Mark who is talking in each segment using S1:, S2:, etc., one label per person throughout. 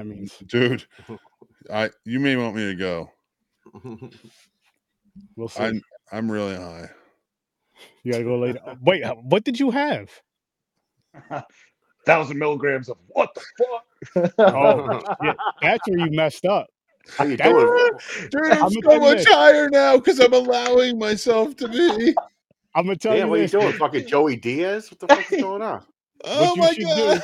S1: Thanks.
S2: dude. I you may want me to go.
S3: Oh,
S1: We'll see.
S2: I'm I'm really high.
S1: You gotta go later. Wait, uh, what did you have?
S4: Thousand milligrams of what the fuck?
S1: Oh, yeah, that's where you messed up.
S3: How you
S1: That's-
S3: doing?
S2: Dude, I'm,
S1: I'm
S2: so
S1: okay
S2: much
S1: with-
S2: higher now because I'm allowing myself to be.
S1: I'm gonna tell
S3: Damn,
S1: you
S3: what are you
S1: this.
S3: doing? Fucking Joey Diaz? What the fuck is going on?
S2: Oh
S1: you
S2: my
S1: should
S2: god.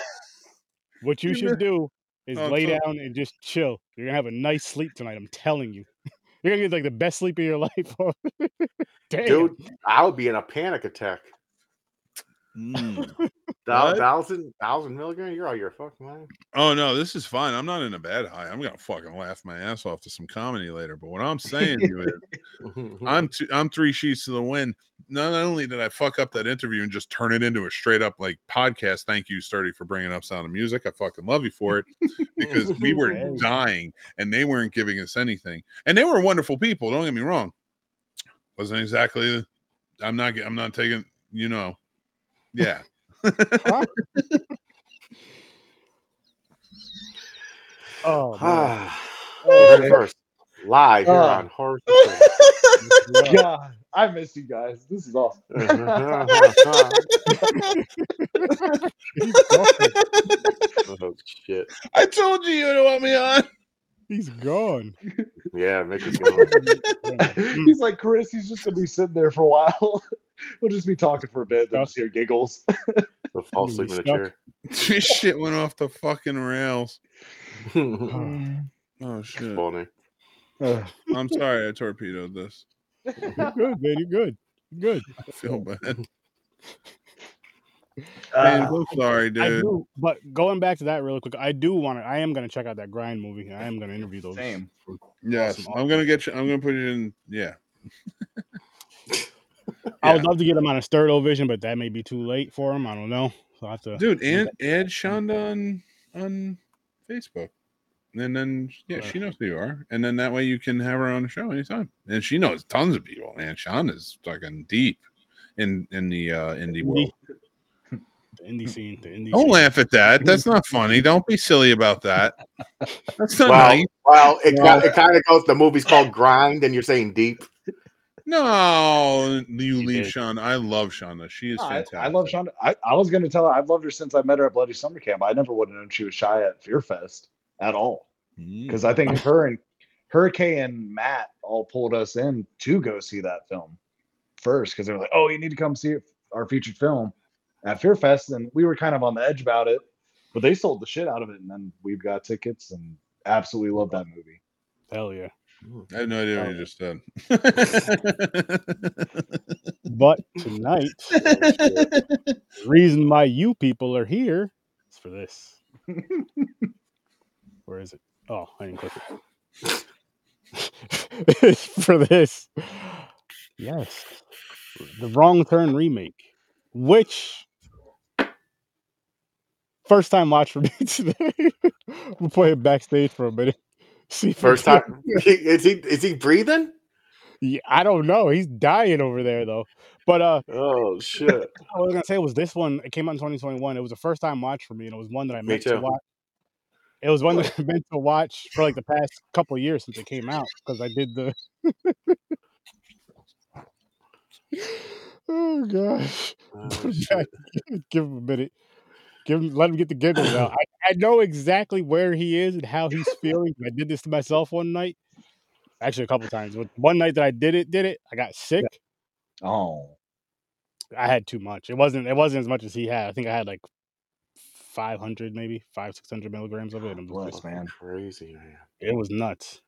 S1: What you
S2: You
S1: should do is
S2: Oh,
S1: lay
S2: totally.
S1: down and just chill. You're gonna have a nice sleep tonight. I'm telling you. You're gonna get like the best sleep of your life. Damn.
S3: Dude, I would be in a panic attack.
S2: Mm.
S3: Thou-
S2: What?
S3: Thousand, thousand milligram? You're out your fucking mind.
S2: Oh no, this is fine. I'm not in a bad high. I'm gonna fucking laugh my ass off to some comedy later. But what I'm saying to you is I'm two, I'm three sheets to the wind. Not only did I fuck up that interview and just turn it into a straight up like podcast. Thank you, Sturdy, for bringing up Sound of Music. I fucking love you for it because we were
S1: Hey.
S2: dying and they weren't giving us anything. And they were wonderful people. Don't get me wrong. Wasn't exactly. I'm not. I'm not taking. You know. Yeah.
S1: Oh, man.
S3: Ah, you heard it first. Live here
S4: Ah.
S3: on Horror. Stories.
S4: God, I miss you guys. This is awesome.
S3: oh
S1: He's gone.
S3: Oh, shit!
S2: I told you you don't want me on.
S1: He's gone.
S3: Yeah, Mickey's going.
S4: he's like Chris. He's just gonna be sitting there for a while. we'll just be talking for a bit. They'll just hear giggles.
S3: He'll fall asleep in a
S1: Stuck.
S3: chair.
S2: This shit went off the fucking rails. Oh shit.
S3: Funny.
S2: I'm sorry I torpedoed this.
S1: You're good, man. You're good. You're good.
S2: I feel bad.
S4: Uh,
S3: Ah,
S2: I'm so sorry,
S1: I
S2: dude.
S1: do, but going back to that really quick, I do want to. I am gonna check out that grind movie. and I am gonna interview those.
S4: Same.
S2: Yes,
S1: Awesome,
S2: I'm gonna get you. I'm gonna put you in. Yeah,
S1: I would love to get him on a Sturdo Vision, but that may be too late for him. I don't know. So I have to.
S2: dude, and add Shonda on on Facebook, and then yeah, she knows who you are, and then that way you can have her on the show anytime, and she knows tons of people. Man, Shonda's fucking deep in in the uh indie world.
S1: The indie scene. The indie
S2: Don't
S1: scene.
S2: laugh at that. That's not funny. Don't be silly about that. That's not
S3: Well,
S2: nice.
S3: well, it, got- it kind of goes. The movie's called Grind, and you're saying deep.
S2: No, you
S3: She
S2: leave
S3: did.
S2: Shonda. I love Shonda. She is
S4: I,
S2: fantastic.
S4: I love Shonda. I, I was gonna tell her I've loved her since I met her at Bloody Summer Camp. I never would have known she was shy at Fear Fest at all
S2: Mm.
S4: because I think her and her Kay and Matt all pulled us in to go see that film first because they were like, "Oh, you need to come see it- our featured film at Fear Fest," and we were kind of on the edge about it, but they sold the shit out of it, and then we've got tickets and absolutely love that movie.
S1: Hell yeah.
S2: I have no idea what you
S4: Oh.
S2: just
S3: Oh.
S2: said.
S1: But tonight, the reason why you people are here is for this. Where is it? Oh, I didn't click it. it's for this. Yes. The Wrong Turn remake, which first time watch for me today. we'll play it backstage for a minute. See if we
S3: First
S1: do it.
S3: time. is he is he breathing?
S1: Yeah, I don't know. He's dying over there though. But uh
S3: Oh shit!
S1: I was gonna say was this one. It came out in 2021. It was a first time watch for me, and it was one that I
S3: Me
S1: meant to
S3: too.
S1: watch. It was one that I meant to watch for like the past couple of years since it came out because I did the. oh gosh!
S3: Oh,
S1: Put it
S3: shit.
S1: back. Give him a minute. Give him. Let him get the giggles out. I, I know exactly where he is and how he's feeling. I did this to myself one night. Actually, a couple times. But one night that I did it, did it. I got sick.
S4: Oh,
S1: I had too much. It wasn't. It wasn't as much as he had. I think I had like five hundred, maybe five six hundred milligrams of it. and It was,
S4: bless
S1: just-
S4: man.
S3: Crazy man.
S1: it was nuts.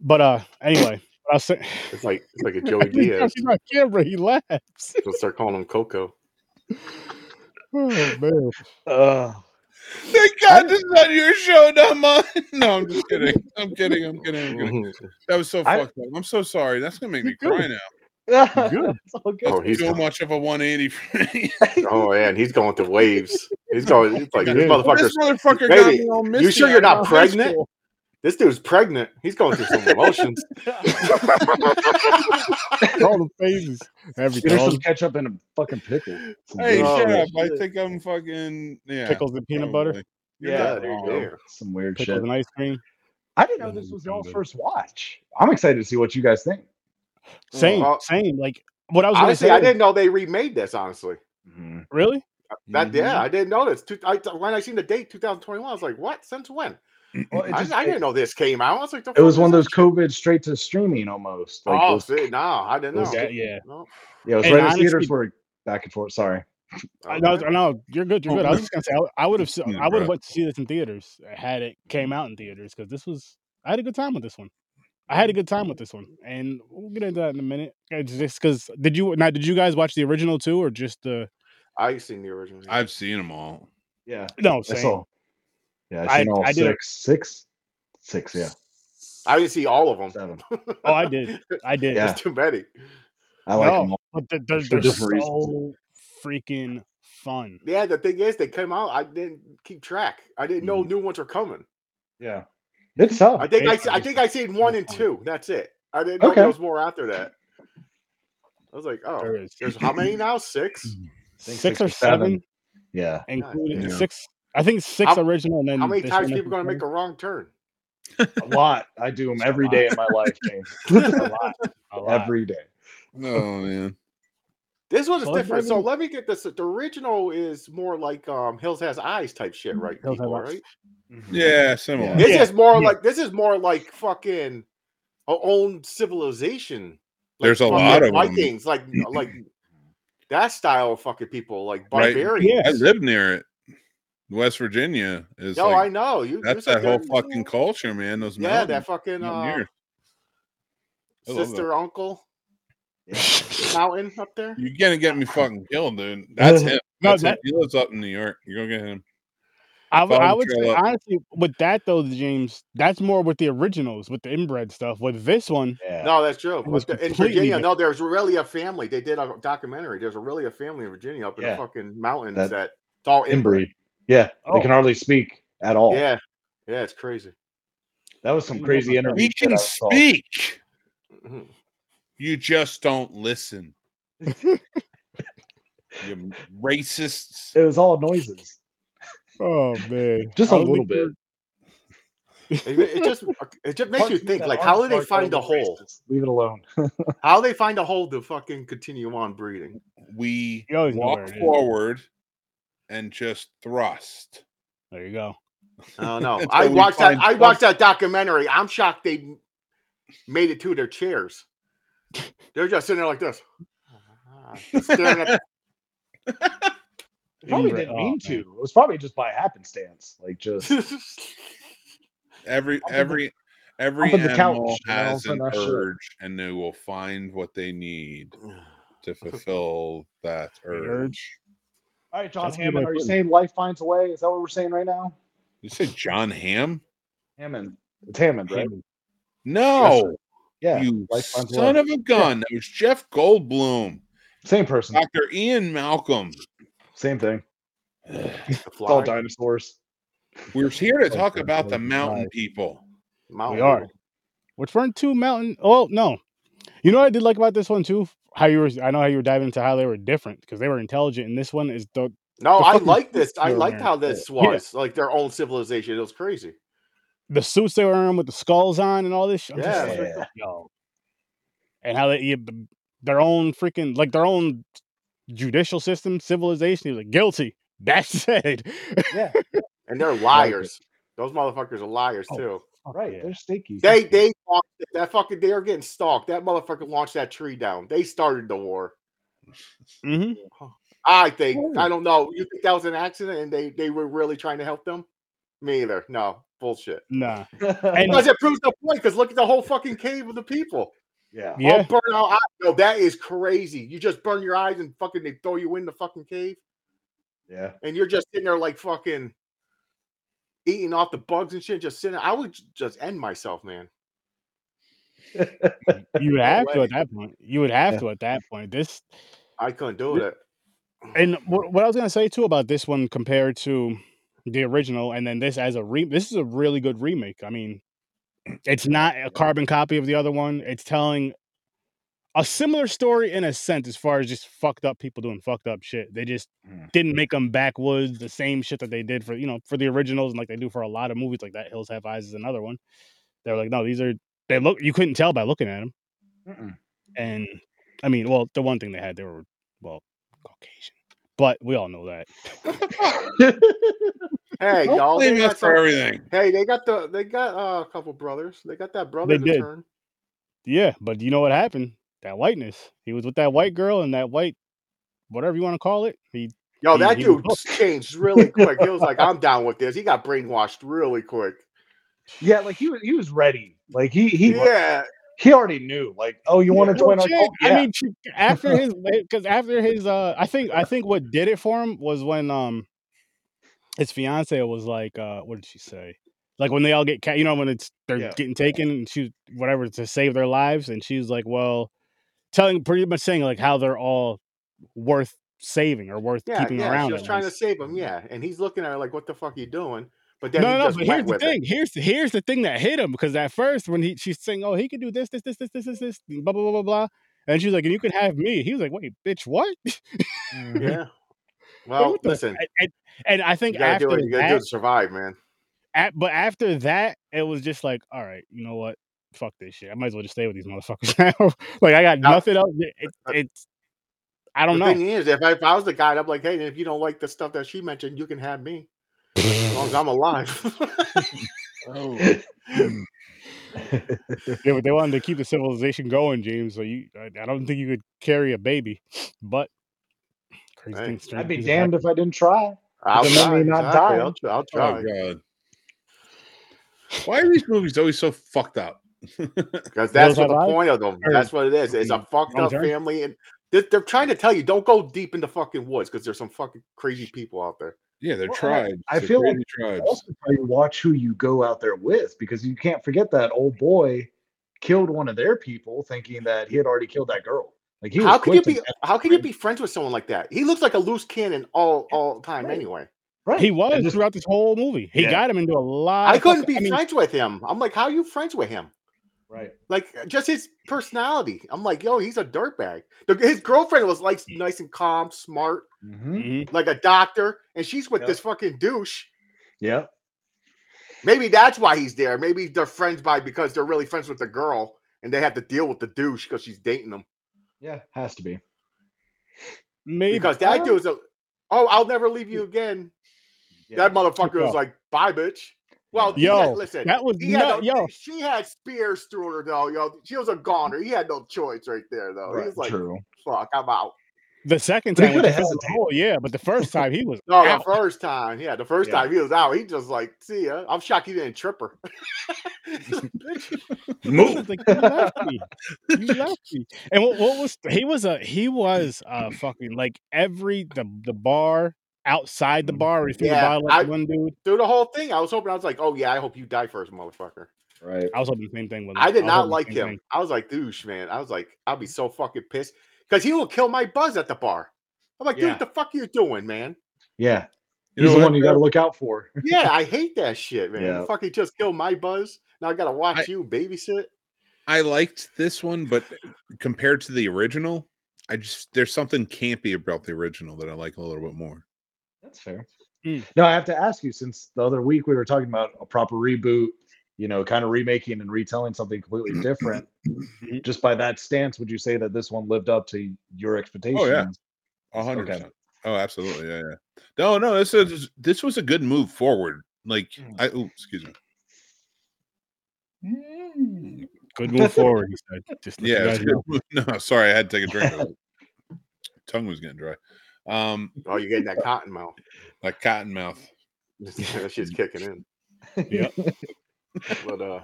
S1: But uh, anyway, I was saying.
S3: It's like it's like a
S1: I
S3: Joey
S1: think he's
S3: Diaz.
S1: on camera. He laughs.
S3: They'll start calling him Coco.
S1: Oh man!
S4: Uh,
S2: Thank God this is on your show, not mine. No, I'm just kidding. I'm kidding. I'm kidding. I'm
S3: Mm.
S2: kidding.
S4: Mm-hmm.
S2: That was so
S4: I-
S2: fucked up. I'm so sorry. That's gonna make me cry now.
S1: Good.
S4: it's all good.
S3: Oh, he's
S2: so
S3: gone.
S2: much of a 180 for me.
S3: Oh man, he's going through waves. He's going. It's like
S1: Yeah.
S3: this motherfucker's.
S2: this motherfucker got
S3: Baby,
S2: me all
S3: You sure
S2: misty-eyed
S3: you're not
S2: about high
S3: pregnant?
S2: school.
S3: This dude's pregnant. He's going through some emotions.
S1: All the phases, everything,
S4: There's
S1: all
S4: some
S1: the
S4: ketchup and a fucking pickle. Some
S2: Hey,
S4: good
S3: Oh,
S2: shut up. I
S4: shit.
S2: think I'm fucking yeah. Oh,
S1: pickles and peanut butter.
S2: probably. You're
S3: Yeah,
S2: not
S3: Oh, there you
S2: wrong.
S3: go.
S4: Some weird
S1: Pickles
S4: shit.
S1: and ice cream.
S4: I didn't know this was y'all's first watch. I'm excited to see what you guys think.
S1: Same,
S3: Well,
S1: same. Like what I was going to
S3: Honestly,
S1: say.
S3: I didn't know they remade this. Honestly,
S1: really.
S3: that
S2: mm-hmm.
S4: Mm-hmm.
S3: yeah, I didn't know this. Two, I, when I seen the date 2021, I was like, "What? Since when?"
S4: Well, it,
S3: I,
S4: just-
S3: I
S4: it-
S3: didn't know this came out. I was like, the
S4: it was
S3: fuck
S4: one of
S3: is
S4: those
S3: this
S4: COVID straight to streaming almost.
S3: shit?
S4: Like, it
S3: oh,
S4: was-
S3: see, no, I didn't know.
S4: those-
S1: Yeah, yeah.
S3: No,
S4: yeah, it was
S1: And
S4: right as
S1: honestly-
S4: theaters were back and forth. Sorry.
S1: I no,
S3: okay.
S1: no, you're good. You're
S2: Oh,
S1: good. I was
S2: really?
S1: just gonna say I, I would have.
S2: Yeah,
S1: I would
S2: bruh.
S1: have liked to see this in theaters uh, had it came out in theaters because this was. I had a good time with this one. I had a good time with this one, and we'll get into that in a minute. Uh, Just because did you now? Did you guys watch the original too, or just the
S3: I seen the original.
S2: I've seen them all.
S4: Yeah.
S1: no?
S4: I
S1: Same.
S4: saw. Yeah,
S1: I-
S4: I seen all
S1: I did a-
S4: six, six, six. Yeah,
S3: I didn't see all of them.
S4: seven.
S1: Oh, I did. I did.
S4: Yeah.
S3: There's too many.
S4: I like
S1: No,
S4: them all.
S1: But they're, they're,
S4: For
S1: they're
S4: different reasons.
S1: so freaking fun.
S3: Yeah, the thing is, they came out. I didn't keep track. I didn't
S1: Mm.
S3: know new ones were coming.
S4: Yeah, it's tough.
S3: I think I,
S1: They
S3: se- I
S1: are
S3: think I seen one and
S1: fun.
S3: two. That's it. I didn't know
S4: Okay.
S3: there was more after that. I was like, oh,
S1: There is Mm-hmm.
S3: there's how many now? Six.
S4: think
S1: six,
S4: six
S1: or
S4: or seven.
S1: seven,
S4: yeah,
S1: including
S2: damn.
S1: six. I think six
S3: How-
S1: original, and then
S3: How many
S1: this
S3: times
S1: one
S3: people gonna
S1: episode.
S3: make a wrong turn?
S4: a lot. I do them every day of my life, James.
S1: a lot, a lot.
S4: every day.
S2: Oh man,
S3: This one's
S1: Well,
S3: different. So
S1: maybe-
S3: let me get this. The original is more like um Hills Has Eyes type shit, right?
S1: Mm-hmm. Hills Have
S3: people,
S1: Eyes.
S3: right?
S2: yeah, similar.
S4: Yeah.
S3: This is more
S1: yeah.
S3: like this is more like fucking our own civilization. Like
S2: There's a
S3: fucking
S2: lot of 'em.
S3: Vikings, like like that style of fucking people, like
S2: Right.
S3: barbarians.
S2: I
S1: Yes.
S2: lived near it. West Virginia is
S3: Yo, I
S2: like,
S3: know you. you
S2: that's
S3: said
S2: that whole
S3: they're-
S2: fucking culture, man. Those
S3: yeah,
S2: mountains.
S3: that fucking uh,
S2: Mountaineers. I love
S3: sister, uncle
S4: Yeah.
S3: mountain up there.
S2: You're gonna get me fucking killed, dude. That's him.
S1: No,
S2: That's
S1: that-
S2: him. He lives up in New York. You go get him.
S1: I, w-
S2: Follow
S1: I
S2: the
S1: would say
S2: trail up.
S1: honestly with that though, James, that's more with the originals, with the inbred stuff. With this one,
S4: Yeah.
S3: No, that's true.
S1: was
S3: But the- in
S1: completely
S3: Virginia,
S1: different.
S3: no, there's really a family. They did a documentary. There's a really a family in Virginia up in
S4: Yeah.
S3: the fucking mountains that,
S4: That-
S3: it's all inbred.
S4: inbreed. Yeah,
S1: Oh.
S4: they can hardly speak at all.
S3: Yeah, yeah, it's crazy.
S4: that was some crazy interview.
S2: We
S4: shit I
S2: can
S4: saw.
S2: speak.
S3: Mhm.
S2: You just don't listen. you racists.
S4: It was all noises.
S1: oh man,
S4: Just
S1: a
S4: a little bit.
S3: It, it just it just makes you
S4: Parts
S3: think
S4: that
S3: like
S4: aren't
S3: how do they
S4: smart
S3: find a
S4: are
S3: hole?
S4: racist. Leave it alone.
S3: How they find a hole to fucking continue on breeding?
S2: We
S1: You always know where
S2: walk
S1: it is.
S2: forward and just thrust.
S1: There you go.
S3: I don't know.
S2: That's
S3: I
S2: how we
S3: watched that.
S2: find
S3: I
S2: stuff.
S3: watched that documentary. I'm shocked they m- made it to their chairs. They're just sitting there like this, Just staring at
S4: They probably
S1: Inbred-
S4: didn't
S1: oh,
S4: mean
S1: man.
S4: to. It was probably just by happenstance. Like just
S3: the-
S2: Every
S4: Up in the-
S2: every every
S4: up in the
S2: animal
S4: couch, you know,
S2: has
S4: for
S2: an
S4: that shit.
S2: urge, and they will find what they need to fulfill that urge.
S1: Urge.
S4: all right, John
S1: That's a good way
S4: Hammond,
S1: of
S4: are you
S1: putting it.
S4: saying life finds a way? Is that what we're saying right now?
S2: You said John Ham?
S4: Hammond. It's Hammond, right?
S1: Hammond.
S2: No,
S4: Yeah.
S2: you
S4: Life Finds a Way.
S2: son of a gun. That was Jeff
S4: Mm.
S2: Goldblum,
S4: Same person.
S2: Dr. Ian Malcolm.
S4: Same thing.
S3: the
S4: It's all
S3: fly,
S4: dinosaurs.
S2: We're here
S4: Oh,
S2: to talk
S1: Dr.
S2: about the
S1: Ian
S2: mountain
S1: Malcolm.
S2: people.
S3: mountain
S1: We are.
S3: people.
S1: Which weren't two mountain. Oh no, you know what I did like about this one too. How you were? I know how you were diving into how they were different because they were intelligent, and this one is the
S3: No,
S1: The
S3: I
S1: fucking
S3: like this. I
S1: they were
S3: liked
S1: wearing.
S3: how this
S1: Yeah.
S3: was like their own civilization. It was crazy.
S1: the suits they were wearing with the skulls on and all this. Shit. I'm just like,
S4: Yeah.
S1: yo. And how they yeah, b- their own freaking like their own judicial system, civilization. You're like guilty. That's it.
S4: Yeah.
S3: And they're liars. Those motherfuckers are liars
S1: Oh,
S3: too.
S4: Right.
S1: Yeah.
S4: They're stinky.
S3: They they launched it. that fucking they are getting stalked. That motherfucker launched that tree down. They started the war.
S4: Mm-hmm.
S1: hmm
S3: I think I don't know. You think that was an accident and they they were really trying to help them? Me either. No bullshit.
S1: Nah.
S4: and,
S3: Because it proves the point. Because look at the whole fucking cave of the people.
S4: yeah.
S1: Yeah.
S3: All burn out eyes. No, that is crazy. You just burn your eyes and fucking they throw you in the fucking cave.
S4: Yeah.
S3: and you're just sitting there like fucking eating off the bugs and shit, just sitting. I would j- just end myself, man.
S1: You would have to
S3: way.
S1: at that point. You would have
S4: Yeah.
S1: to at that point. This
S3: I couldn't do it.
S1: and what, what I was gonna say too about this one compared to the original, and then this as a re. This is a really good remake. I mean, it's not a carbon copy of the other one. It's telling a similar story in a sense as far as just fucked up people doing fucked up shit. They just
S4: Mm.
S1: didn't make them backwoods the same shit that they did for you know for the originals and like they do for a lot of movies like that. Hills Have Eyes is another one. They were like, no, these are they look you couldn't tell by looking at them.
S4: Mm-mm.
S1: And I mean, well, the one thing they had they were well Caucasian, but we all know that.
S3: Hey, y'all.
S2: Don't
S3: They
S2: blame us for
S3: got some-
S2: everything.
S3: hey, they got the they got uh, a couple brothers. They got that brother
S1: They
S3: to
S1: did.
S3: turn.
S1: Yeah, but you know what happened? That whiteness. He was with that white girl and that white whatever you want to call it. He
S3: Yo,
S1: He-
S3: that
S1: he was
S3: dude changed really quick. He was like, "I'm down with this." He got brainwashed really quick.
S4: yeah, like he was he was ready. Like he he
S3: Yeah,
S4: he already knew. Like, oh, you want to
S1: Well,
S4: join our
S1: Jake,
S4: cult? Yeah.
S1: I mean, she- after his, because after his, uh, I think, I think what did it for him was when, um, his fiance was like, uh, what did she say? Like when they all get, ca- you know, when it's they're
S4: Yeah.
S1: getting taken and she, whatever, to save their lives, and she's like, well, telling pretty much saying like how they're all worth saving or worth
S3: yeah,
S1: keeping
S3: yeah.
S1: around.
S3: She was
S1: at
S3: trying
S1: least.
S3: to save him. Yeah, and he's looking at her like, "What the fuck you doing?" But then
S1: no,
S3: he
S1: no, no,
S3: just
S1: but here's
S3: went
S1: the
S3: with
S1: thing.
S3: it.
S1: Here's here's the thing that hit him because at first when he she's saying, "Oh, he could do this, this, this, this, this, this, this," and blah blah blah blah blah, and she's like, "And you could have me." He was like, "Wait, bitch, what?"
S3: Yeah.
S1: Like,
S3: Well,
S1: what the-
S3: listen,
S1: and- and, and I think
S3: you gotta do
S1: after
S3: it. You gotta do
S1: that,
S3: it to survive, man.
S1: at, but after that, it was just like, all right, you know what? Fuck this shit. I might as well just stay with these motherfuckers now. like, I got
S3: Now-
S1: nothing else. It- it-
S3: uh,
S1: it's, I don't
S3: the
S1: know.
S3: thing is, if I, if I was the guy, I'm like, hey, if you don't like the stuff that she mentioned, you can have me as long as I'm alive.
S2: Oh.
S1: They, were- they wanted to keep the civilization going, James. So you, I, I don't think you could carry a baby, but crazy
S3: Hey,
S1: things. strange
S4: I'd be
S1: things have happened.
S4: damned if I didn't try.
S3: I'll
S4: Doesn't
S3: try.
S4: mean not
S3: exactly. I'll,
S4: dying.
S3: tr- I'll try.
S2: oh god. Why are these movies always so fucked up?
S3: Because that's
S1: Those
S3: what the
S1: are lies?
S3: point of them.
S1: Or-
S3: That's what it is. It's a fucked
S1: I'm
S3: up
S1: sorry?
S3: family, and they're, they're trying to tell you don't go deep in the fucking woods because there's some fucking crazy people out there.
S2: Yeah, they're
S4: Well, I-
S2: tribes.
S4: I
S2: They're
S4: feel like
S2: crazy tribes.
S4: Also, how you watch who you go out there with because you can't forget that old boy killed one of their people, thinking that he had already killed that girl. Like he was
S3: How can you
S4: quick to
S3: be?
S4: death,
S3: How can you be friends with someone like that? He looks like a loose cannon all all the time.
S4: Right.
S3: Anyway,
S4: right?
S1: He was
S4: And just-
S1: throughout this whole movie. He
S4: Yeah.
S1: got him into a lot.
S3: I
S1: of
S3: couldn't
S1: fucking-
S3: be
S1: I mean,
S3: friends with him. I'm like, how are you friends with him?
S4: right.
S3: Like just his personality. I'm like, yo, he's a dirtbag. The- His girlfriend was like nice and calm, smart,
S4: Mhm.
S1: mhm.
S3: like a doctor, and she's with
S4: Yeah.
S3: this fucking douche.
S4: Yeah.
S3: Maybe that's why he's there. Maybe they're friends by because they're really friends with the girl and they have to deal with the douche because she's dating him.
S4: Yeah. Has to be.
S1: mm-hmm. maybe
S3: Because
S1: I
S3: that
S1: don't-
S3: dude's a oh, I'll never leave you again.
S4: Yeah.
S3: That motherfucker was
S1: up.
S3: like, bye, bitch. Well, he
S1: Yo,
S3: had- listen,
S1: that was
S3: he had
S1: nut-
S3: no-
S1: yo.
S3: she had spears through her though, yo. She was a goner. He had no choice right there though.
S4: Right,
S3: Oh, He was like,
S4: True.
S3: fuck, I'm out.
S1: The second
S4: But he
S1: time, when
S4: coulda
S1: she fell in the
S4: hesitated.
S1: hole, yeah, but the first time he was
S3: No,
S1: out.
S3: the first time, yeah, the first
S4: Yeah.
S3: time he was out, he just like, see ya. I'm shocked he didn't trip her.
S1: It's like, you left me. You left me. And what, what was he was a he was a fucking like every the the bar outside the bar where he threw
S3: Yeah,
S1: the bottle at
S3: I-
S1: the one dude.
S3: Through the whole thing, I was hoping I was like, oh yeah, I hope you die first, motherfucker.
S4: Right.
S1: I was hoping the same thing with him.
S3: I
S1: was
S3: did not
S1: hoping the
S3: like
S1: same
S3: him.
S1: thing.
S3: I was like, douche, man. I was like, I'll be so fucking pissed because he will kill my buzz at the bar. I'm like, dude,
S4: Yeah.
S3: what the fuck are you doing, man?
S4: Yeah.
S2: You
S4: He's
S2: know
S4: the
S2: what,
S4: one you got to look out for.
S3: Yeah, I hate that shit, man.
S4: Yeah.
S3: Fucking just kill my buzz. Now I gotta watch
S2: I-
S3: you babysit.
S2: I liked this one, but compared to the original, I just there's something campy about the original that I like a little bit more.
S4: That's fair.
S2: Hmm.
S1: Mm.
S4: No, I have to ask you since the other week we were talking about a proper reboot, you know, kind of remaking and retelling something completely different. Just by that stance, would you say that this one lived up to your expectations?
S2: A hundred
S4: Okay.
S2: percent. Oh, absolutely. Yeah, yeah. No, no. This is this was a good move forward. Like
S4: Mm.
S2: I, ooh, excuse me.
S1: Good move forward, he said. Just let you
S2: Yeah,
S1: guys
S2: it's a good
S1: know.
S2: move. no, sorry, I had to take a drink. of it. Tongue was getting dry. Um,
S3: Oh, you're getting that cotton mouth.
S2: like cotton mouth.
S3: that shit's kicking in.
S1: Yep.
S3: But uh
S2: All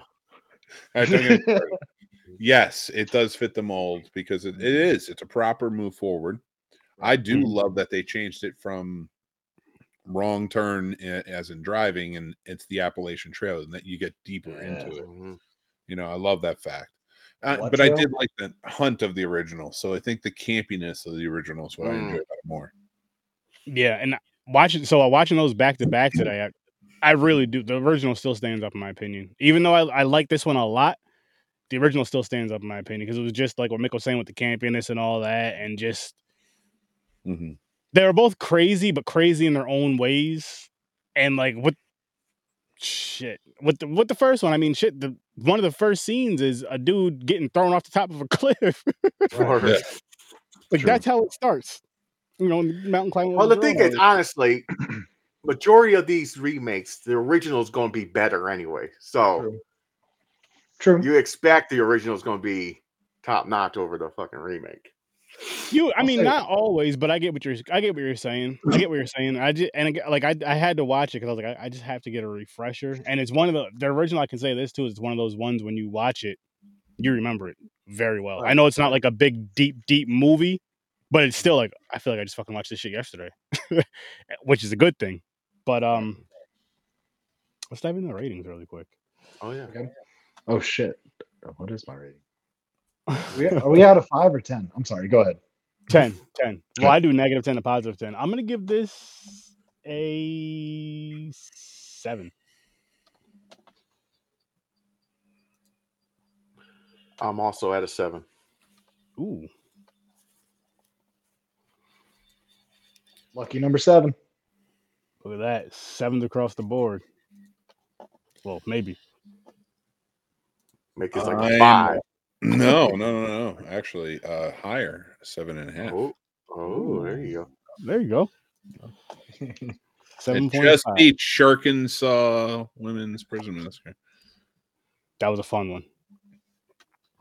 S2: right, don't get me started. yes, it does fit the mold because it, it
S1: Mm.
S2: is. It's a proper move forward. I do
S1: Mhm.
S2: love that they changed it from wrong turn a- as in driving, and it's the Appalachian Trail, and that you get deeper into it.
S3: mhm.
S2: You know, I love that fact. Uh,
S4: What
S2: but I
S4: trail?
S2: did like the hunt of the original, so I think the campiness of the original is what I
S3: Mm.
S2: enjoy about it more.
S1: Yeah, and watching so uh, watching those back to back today, I, I really do. The original still stands up in my opinion, even though I, I like this one a lot. the original still stands up in my opinion because it was just like what Mick was saying with the campiness and all that, and just
S2: Mm-hmm.
S5: Mhm.
S1: they were both crazy, but crazy in their own ways. And like what shit. With the with the first one, I mean shit, the one of the first scenes is a dude getting thrown off the top of a cliff.
S3: Or-
S2: Yeah.
S1: like
S5: True.
S1: that's how it starts. You know, mountain climbing.
S3: Well,
S1: with
S3: the
S1: a
S3: thing
S1: girl.
S3: is, honestly, majority of these remakes, the original is going to be better anyway. So
S4: True. True.
S3: you expect the original is going to be top notch over the fucking remake.
S1: You, I
S4: I'll
S1: mean,
S4: say-
S1: not always, but I get what you're. I get what you're saying. I get what you're saying. I just and ag- like I, I had to watch it because I was like, I, I just have to get a refresher. And it's one of the the original. I can say this too. It's one of those ones when you watch it, you remember it very well. I
S3: Right,
S1: know it's not like a big, deep, deep movie, but it's still like I feel like I just fucking watched this shit yesterday, which is a good thing. But um, let's dive into the ratings really quick.
S3: Oh yeah.
S4: Oh shit. What is my rating? We- Are we out of five or ten? I'm sorry. Go ahead.
S1: 10 10 well i do negative 10 to positive 10 i'm gonna give this a 7
S3: I'm also at a seven.
S1: ooh
S4: Lucky number seven.
S1: look at that sevens across the board well maybe
S3: Make this like a
S2: I'm-
S3: five.
S2: No, no, no, no. Actually, uh higher, seven and a half.
S3: Oh, oh, there you go.
S1: there you go
S2: It
S1: 7.5
S2: just beat Shurkin's uh, women's prison massacre.
S1: that was a fun one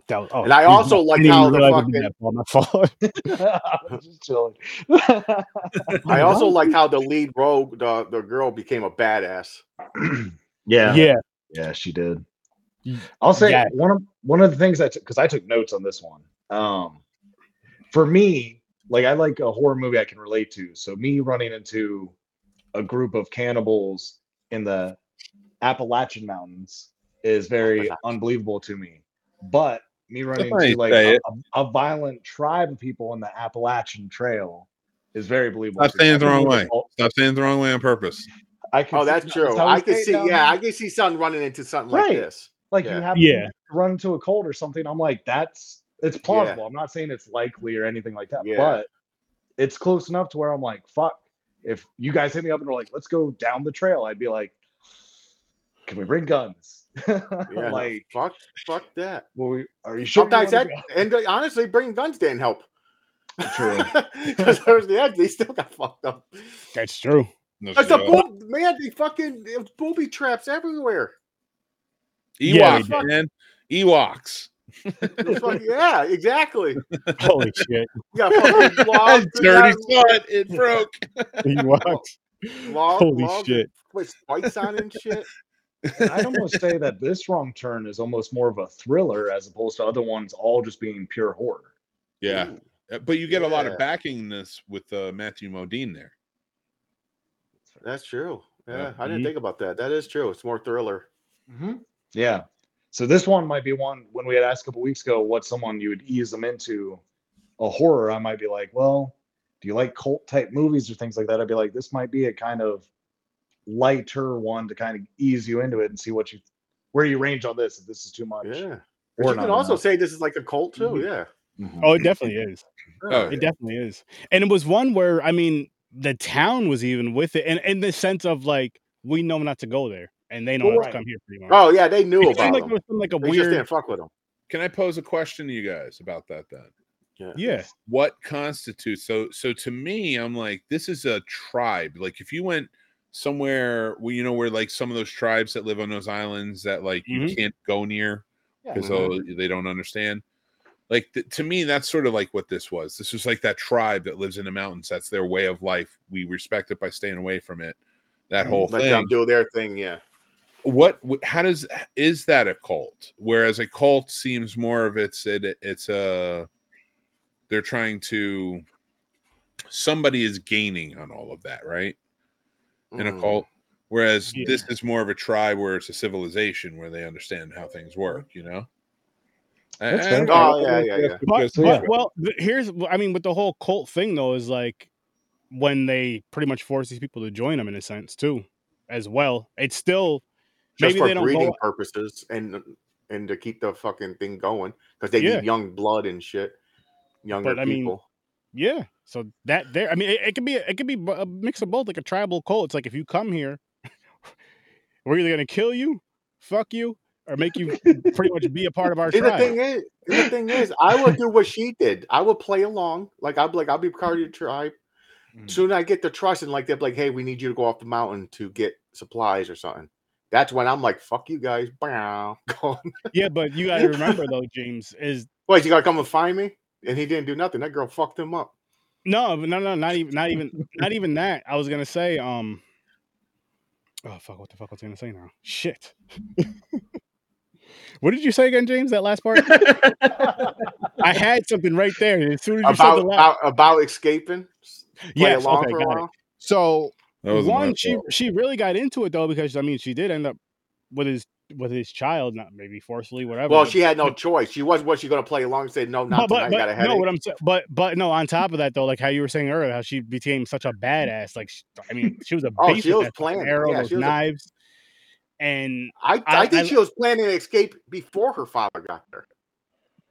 S1: that was oh
S3: And I
S1: geez,
S3: also
S1: I
S3: like
S1: didn't even
S3: how the
S1: realize I did
S3: fucking-
S1: that, Paul, my fault.
S4: I was just chilling. I
S3: I also like how the lead rogue, the, the girl became a badass.
S4: yeah.
S1: yeah.
S4: yeah. she did.
S1: Mm,
S4: I'll say
S1: yeah.
S4: one of one of the things I took because I took notes on this one. Um for me, like I like a horror movie I can relate to. So me running into a group of cannibals in the Appalachian Mountains is very
S3: Appalachian.
S4: unbelievable to me. But me running
S2: way
S4: into
S2: you
S4: like
S2: say
S4: a,
S2: it.
S4: a- a violent tribe of people in the Appalachian Trail is very believable.
S2: Stop
S4: to me.
S2: saying
S4: I
S2: it the
S4: can
S2: wrong
S4: relate
S2: way.
S4: all-
S2: Stop saying it the wrong way on purpose.
S4: I can
S3: Oh,
S4: see-
S3: that's true.
S4: how we
S3: I can
S4: say it
S3: see,
S4: down
S3: yeah,
S4: there.
S3: I can see something running into something like
S4: Right.
S3: this.
S4: like
S3: Yeah.
S4: you have
S1: Yeah.
S4: to run into a cold or something. I'm like, that's it's plausible. I'm not saying it's likely or anything like that,
S3: Yeah.
S4: but it's close enough to where I'm like, fuck. If you guys hit me up and were like, let's go down the trail, I'd be like, can we bring guns?
S3: Yeah,
S4: like,
S3: fuck, fuck that.
S4: well, we, are you sure? you
S3: Sometimes that,
S4: wanna go?
S3: and uh, honestly, bring guns didn't help.
S4: True.
S3: Because there's the edge, they still got fucked up.
S1: that's true
S2: No,
S3: It's a
S2: shit.
S3: boob, man. They fucking they have booby traps everywhere.
S1: Yeah,
S2: Ewoks,
S1: they did.
S2: man. Ewoks.
S3: It's fucking- yeah, exactly. You
S1: holy shit
S3: got fucking logs, you
S2: Dirty
S3: got
S2: foot. It broke.
S1: he walks.
S3: log-
S1: holy
S3: log
S1: shit
S3: with spikes on and shit.
S4: I'd almost say that this wrong turn is almost more of a thriller as opposed to other ones all just being pure horror.
S2: Yeah.
S3: Ooh,
S2: Uh, But you get a lot
S3: Yeah.
S2: of backing this with uh, Matthew Modine there.
S3: that's true. Yeah, Mm-hmm.
S2: Yeah.
S3: I didn't
S1: Mhm.
S3: think about that. That is true. It's more thriller.
S4: Yeah. So this one might be one when we had asked a couple weeks ago what someone you would ease them into a horror. I might be like, well, do you like cult type movies or things like that? I'd be like, this might be a kind of lighter one to kind of ease you into it and see what you where you range on this if this is too much.
S3: Yeah. But
S4: or
S3: you
S4: not
S3: can also
S4: enough.
S3: say this is like a cult too.
S4: Mhm.
S3: Yeah.
S4: Mhm.
S1: Mm-hmm. oh it definitely is
S2: Oh,
S1: It definitely is. And it was one where I mean the town was even with it and in the sense of like we know not to go there and they know not
S4: Right.
S1: to come here pretty much.
S3: Oh yeah, they knew
S1: it seemed
S3: about
S1: like
S3: them.
S1: there was some like a
S3: They just
S1: weird
S3: didn't fuck with them.
S2: Can I pose a question to you guys about that then?
S1: yeah.
S2: what constitutes so so to me i'm like this is a tribe like if you went somewhere well you know where like some of those tribes that live on those islands that like you
S1: Mhm.
S2: can't go near
S4: Yeah.
S2: because
S3: Mm-hmm.
S2: they don't understand like th- to me that's sort of like what this was this was like that tribe that lives in the mountains that's their way of life we respect it by staying away from it that whole
S3: Let
S2: thing
S3: them do their thing. Yeah.
S2: what wh- how does is that a cult whereas a cult seems more of it's it, it's a they're trying to somebody is gaining on all of that right in a
S3: Mm.
S2: cult whereas
S1: Yeah.
S2: this is more of a tribe where it's a civilization where they understand how things work you know I-
S4: That's
S2: I
S4: fair.
S2: don't know.
S3: Oh, yeah, yeah, yeah.
S1: But,
S2: So,
S1: but-
S2: yeah.
S1: well th- here's I mean with the whole cult thing though is like when they pretty much force these people to join them in a sense too as well. It's still
S3: Just
S1: maybe
S3: for
S1: they don't
S3: breeding
S1: go
S3: purposes and and to keep the fucking thing going because they
S1: Yeah.
S3: need young blood and shit, younger
S1: But, I mean,
S3: people.
S1: Yeah. So that there, I mean, it, it could be it could be bu- a mix of both, like a tribal cult. It's like if you come here, we're either gonna kill you, fuck you, or make you pretty much be a part of our
S3: And the
S1: tribe.
S3: thing is, and the thing is, I would do what she did. I would play along. Like I'd be like, I'll be part of your tribe.
S1: Mm.
S3: Soon I get the trust and like they're like, hey, we need you to go off the mountain to get supplies or something. That's when I'm like, fuck you guys. Bow. Gone.
S1: Yeah, but you gotta remember though, James is
S3: Wait, you gotta come and find me? And he didn't do nothing. That girl fucked him up.
S1: no, no, no, not even, not even, not even that. I was gonna say, um, oh fuck, what the fuck was I gonna say now? Shit. what did you say again, James? That last part? I had something right there. and As soon as you said
S3: About,
S1: the last,
S3: about about escaping. s- Play
S1: yes,
S3: along
S1: okay,
S3: for a
S1: got it.
S3: while.
S1: So
S2: That was
S1: one she she really got into it though because I mean she did end up with his with his child not maybe forcefully whatever.
S3: Well,
S1: but-
S3: she had no choice. She was was she gonna play along and say, No,
S1: but,
S3: not
S1: but,
S3: tonight, I got a
S1: but no,
S3: headache.
S1: what I'm sa- but but no. On top of that though, like how you were saying earlier, how she became such a badass. Like she, I mean, she was a
S3: Oh,
S1: beast
S3: she
S1: with
S3: was
S1: that fucking
S3: planned.
S1: arrow,
S3: Yeah,
S1: those
S3: she was a-
S1: knives, and
S3: I, I,
S1: I-
S3: think
S1: I-
S3: she was planning an escape before her father got there.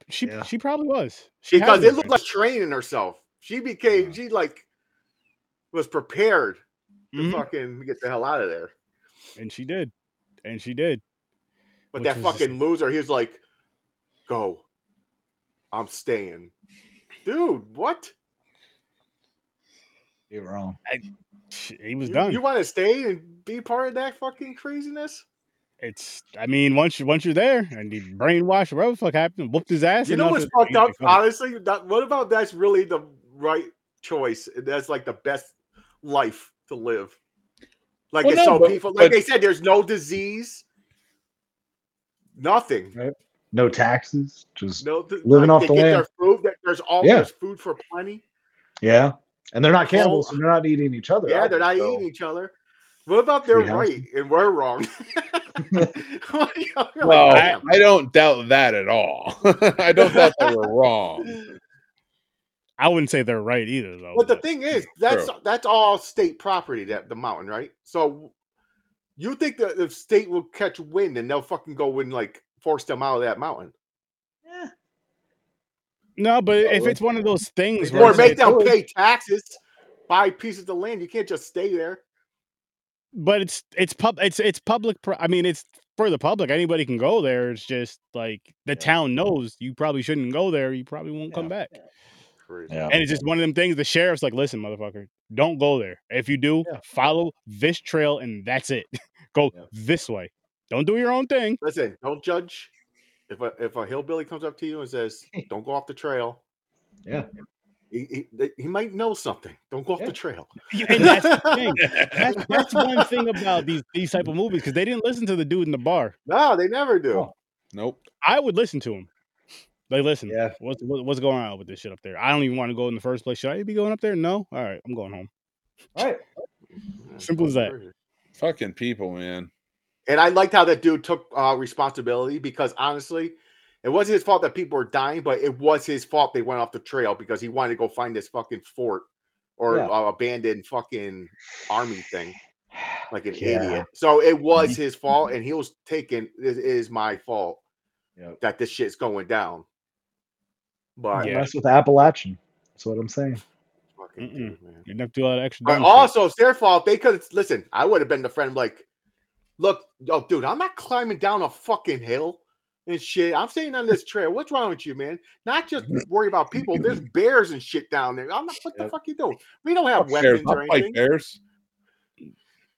S1: she
S4: Yeah.
S1: she probably was she had
S3: because
S1: to
S3: it
S1: have
S3: looked
S1: been.
S3: like training herself. She became
S2: Yeah.
S3: she like was prepared to
S1: Mhm,
S3: fucking get the hell out of there.
S1: and she did, and she did.
S3: But
S1: Which
S3: that
S1: is-
S3: fucking loser, he was like, "Go, I'm staying." Dude, what?
S4: You're wrong.
S1: She- He was
S3: You,
S1: done.
S3: you want to stay and be part of that fucking craziness?
S1: it's I mean once you once you're there and you brainwash whatever the fuck happened, whooped his ass.
S3: you know
S1: enough
S3: what's
S1: that-
S3: fucked
S1: he's
S3: up?
S1: like, "Oh,
S3: Honestly, that, what about that's really the right choice? That's like the best life to live. Like
S4: Well,
S3: it's
S4: no,
S3: so
S4: but-
S3: peaceful. Like
S4: but-
S3: they said, there's no disease, nothing.
S4: No taxes. Just
S3: No, th- like,
S4: Living off
S3: they
S4: the
S3: get
S4: land.
S3: Their food, there- there's all
S4: Yeah.
S3: there's food for plenty.
S4: yeah. And they're not cannibals,
S3: Oh.
S4: so they're not eating each other.
S3: yeah, they're not
S4: either, so-
S3: eating each other. What about they're
S4: Yeah.
S3: right and we're wrong? You're like,
S2: Well, I,
S3: "Damn."
S2: I don't doubt that at all. I don't doubt that we're wrong.
S1: I wouldn't say they're right either though.
S3: But the
S1: but-
S3: thing is, that's that's all state property. That the mountain, right? So you think that the state will catch wind and they'll fucking go and like force them out of that mountain,
S1: no, but if
S4: Well,
S1: it's one of those things
S4: they
S1: where
S3: or
S1: it's
S4: say
S1: like-
S3: make them
S4: could.
S3: pay taxes, buy pieces of land? You can't just stay there.
S1: but it's it's pub it's it's public. Pro- I mean, it's for the public. Anybody can go there. It's just like the
S4: Yeah.
S1: town knows you probably shouldn't go there. You probably won't come back.
S3: Crazy.
S4: Yeah.
S1: And it's just one of them things. The sheriff's like, listen, motherfucker, don't go there. If you do,
S4: Yeah.
S1: follow this trail and that's it. go
S4: Yeah.
S1: this way. Don't do your own thing.
S3: Listen, don't judge. If a if a hillbilly comes up to you and says, "Don't go off the trail,"
S4: Yeah.
S3: he, he, th- he might know something. Don't go off
S4: Yeah.
S3: the trail.
S1: And that's the thing. That's, that's one thing about these these type of movies because they didn't listen to the dude in the bar.
S3: No, they never do.
S4: Oh.
S2: Nope.
S1: I would listen to him. Like, listen,
S4: Yeah.
S1: what's what, what's going on with this shit up there? I don't even want to go in the first place. Should I be going up there? No. All right, I'm going home.
S4: Right.
S3: Yeah,
S1: Simple as
S3: fucking
S1: that.
S3: crazy.
S2: Fucking people, man.
S3: And I liked how that dude took uh, responsibility because honestly, it wasn't his fault that people were dying, but it was his fault they went off the trail because he wanted to go find this fucking fort or
S4: Yeah.
S3: uh, abandoned fucking army thing like an
S4: Yeah.
S3: idiot. So it was his fault, and he was taking this is my fault
S4: Yep.
S3: that this shit's going down. But
S1: Yeah.
S4: Mess with Appalachian. That's what I'm saying.
S3: fucking
S1: Mm-mm.
S3: dude, man.
S1: You didn't have to do all that extra.
S3: But
S1: dumb shit.
S3: also, it's their fault. They could listen. I would have been the friend like, look, oh, dude, I'm not climbing down a fucking hill and shit. I'm staying on this trail. What's wrong with you, man? Not just worry about people. There's bears and shit down there. I'm not. What the
S4: Yep.
S3: fuck you doing? We don't have
S2: Fuck bears.
S3: weapons or
S2: I'll fight
S3: anything.
S2: bears.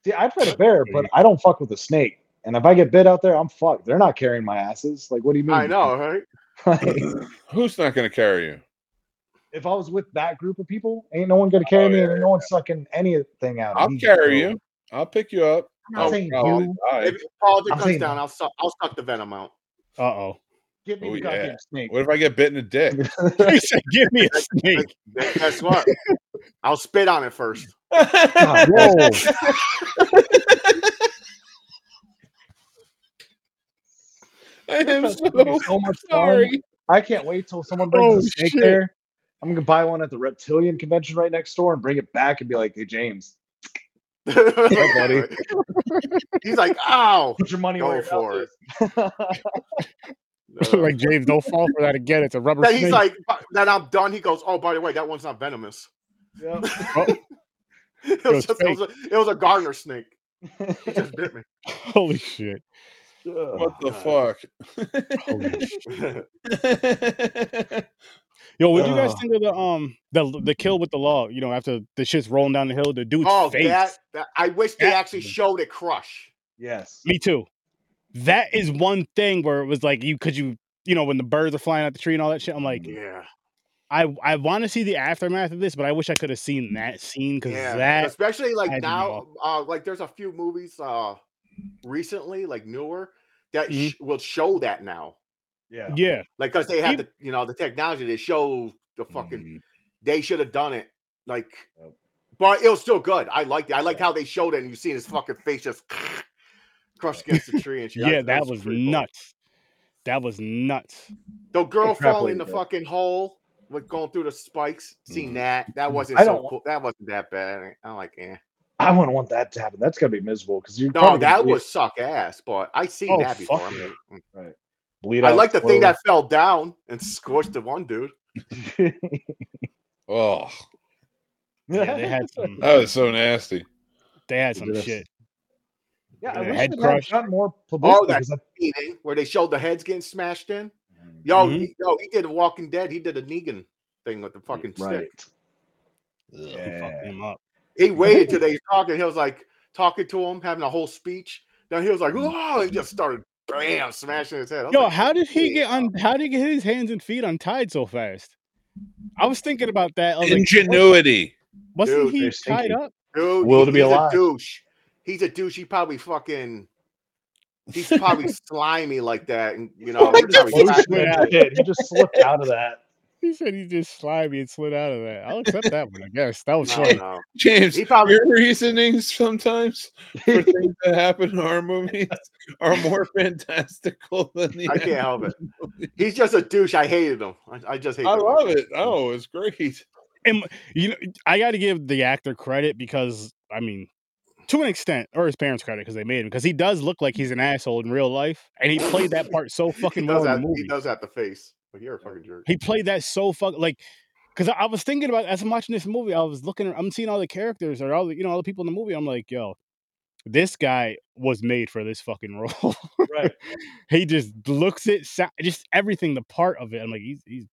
S4: See, I've fed a bear, but I don't fuck with a snake. And if I get bit out there, I'm fucked. They're not carrying my asses. Like, what do you mean?
S3: I know, right?
S2: Who's not going to carry you?
S4: if I was with that group of people, ain't no one gonna carry
S2: Oh,
S4: me,
S2: yeah,
S4: and no one's sucking anything out. of
S2: I'll
S4: me,
S2: carry
S4: so-
S2: you. I'll pick you up.
S4: I'm not
S3: Oh,
S4: saying
S2: I'll
S4: you.
S2: die.
S3: If Paul
S4: I'm
S3: comes
S4: saying-
S3: down, I'll suck. I'll suck the venom out.
S1: Uh-oh.
S4: Give me
S2: Oh,
S4: the
S2: yeah.
S4: goddamn snake.
S2: What if I get bit in the dick?
S1: He said, Give me a snake.
S3: Gu- Guess what? I'll spit on it first.
S4: Ah, whoa.
S2: I am
S4: That's gonna be
S2: so,
S4: so much fun.
S2: sorry.
S4: I can't wait till someone brings
S1: Oh,
S4: a snake
S1: shit.
S4: there. I'm gonna buy one at the reptilian convention right next door and bring it back and be like, "Hey, James, buddy.
S3: He's like, ow.
S4: Put your money
S3: Go
S4: where your
S3: for
S4: mouth
S3: it.
S4: is.
S3: Uh,
S1: like James, don't fall for that again. It's a rubber.
S3: then he's
S1: snake.
S3: like, "Bu- then I'm done. He goes, oh, by the way, that one's not venomous.
S4: Yep.
S1: was
S3: it, was just, it, was a, it was a gardener snake. It just bit me.
S1: holy shit.
S2: What the
S3: Oh, God.
S1: Holy shit.
S2: fuck?
S1: Yo, what do you guys
S4: Ugh.
S1: think of the um the the kill with the log? You know, after the shit's rolling down the hill, the dude's
S3: oh,
S1: face.
S3: that, that I wish they
S1: That-
S3: actually showed it crush.
S4: yes.
S1: Me too. That is one thing where it was like you could you you know when the birds are flying out the tree and all that shit. I'm like,
S3: Yeah,
S1: I I want to see the aftermath of this, but I wish I could have
S4: Mm.
S1: seen that scene because
S3: yeah.
S1: that
S3: Especially like
S1: I don't
S3: now, uh, like there's a few movies uh recently, like newer, that
S1: Mhm.
S3: sh- will show that now.
S4: Yeah.
S1: yeah.
S3: Like because they have
S1: Ev-
S3: the you know the technology to show the fucking.
S2: Mm.
S1: Mm-hmm.
S3: They should have done it. Like,
S4: Yep.
S3: but it was still good. I liked it. I liked how they showed it, and you seen his fucking face just crushed against the tree and shit. I-
S1: Yeah, that was
S3: pretty cool.
S1: nuts. That was nuts.
S3: The girl
S4: Good crap
S3: falling in the
S4: lady, though.
S3: fucking hole with going through the spikes. Seen
S1: Mm-hmm.
S2: Mhm.
S3: that? That wasn't
S4: I
S3: so
S4: don't wa-
S3: cool. That wasn't that bad. I- I'm like, eh.
S4: I wouldn't want that to happen. That's gonna be miserable because you.
S3: No, that was suck ass. But I seen
S1: Oh,
S3: that before.
S1: fuck
S3: I'm
S1: yeah.
S3: like, mm.
S4: Bleed
S3: I
S4: out
S3: like the
S4: slowly.
S3: thing that fell down and scorched the one dude.
S2: Oh,
S1: Yeah, they had some.
S2: that
S3: Oh,
S2: was so nasty.
S1: They had some
S4: Yes.
S1: shit.
S4: Yeah, I
S1: Yeah,
S4: wish
S1: head
S4: they'd
S1: crush.
S4: got more publicity.
S3: Oh, that-
S4: 'cause I-
S3: Meaning, Where they showed the heads getting smashed in. Yo,
S1: Mhm.
S3: he, yo, he did a Walking Dead. He did a Negan thing with the fucking stick.
S4: right.
S1: Who fucked
S4: Yeah.
S1: him up?
S3: He waited till they was talking. He was like talking to him, having a whole speech. Then he was like, "Oh!" and just started bam smashing his head. I was
S1: Mm-hmm. Yo,
S3: like,
S1: how did he
S3: "Yeah."
S1: get on? How did he get his hands and feet untied so fast? I was thinking about that. I was like,
S2: Ingenuity.
S1: wasn't
S3: Dude,
S1: he
S4: they're
S1: tied
S4: stinky.
S1: up?
S3: Dude,
S4: Will
S3: he-
S4: to be
S3: he's
S4: alive.
S3: a douche. He's a douche. He probably fucking. He's probably slimy like that, and you know.
S4: Like
S3: he's probably
S1: the
S3: fat-
S1: fuck?
S4: Bushman did. He just slipped out of that.
S1: He said he just slimy and slid out of that. I'll accept that one. I guess that was
S3: no,
S1: funny.
S3: no.
S2: James,
S3: He probably-
S2: your reasonings sometimes for things that happen in our movies are more fantastical than the.
S3: I can't help it. He's just a douche. I hated him. I, I just hate.
S2: I
S3: that
S2: love
S3: movie.
S2: it. Oh, it's great.
S1: You know, I got to give the actor credit because I mean, to an extent, or his parents credit because they made him because he does look like he's an asshole in real life, and he played that part so fucking
S3: he
S1: well in
S3: does,
S1: the
S3: have,
S1: movie.
S3: he does have the face, but you're a fucking jerk.
S1: He played that so fuck like because I, I was thinking about as I'm watching this movie, I was looking, I'm seeing all the characters or all the you know all the people in the movie. I'm like, yo, this guy was made for this fucking role.
S4: Right.
S1: he just looks it, so- just everything, the part of it. I'm like, he's he's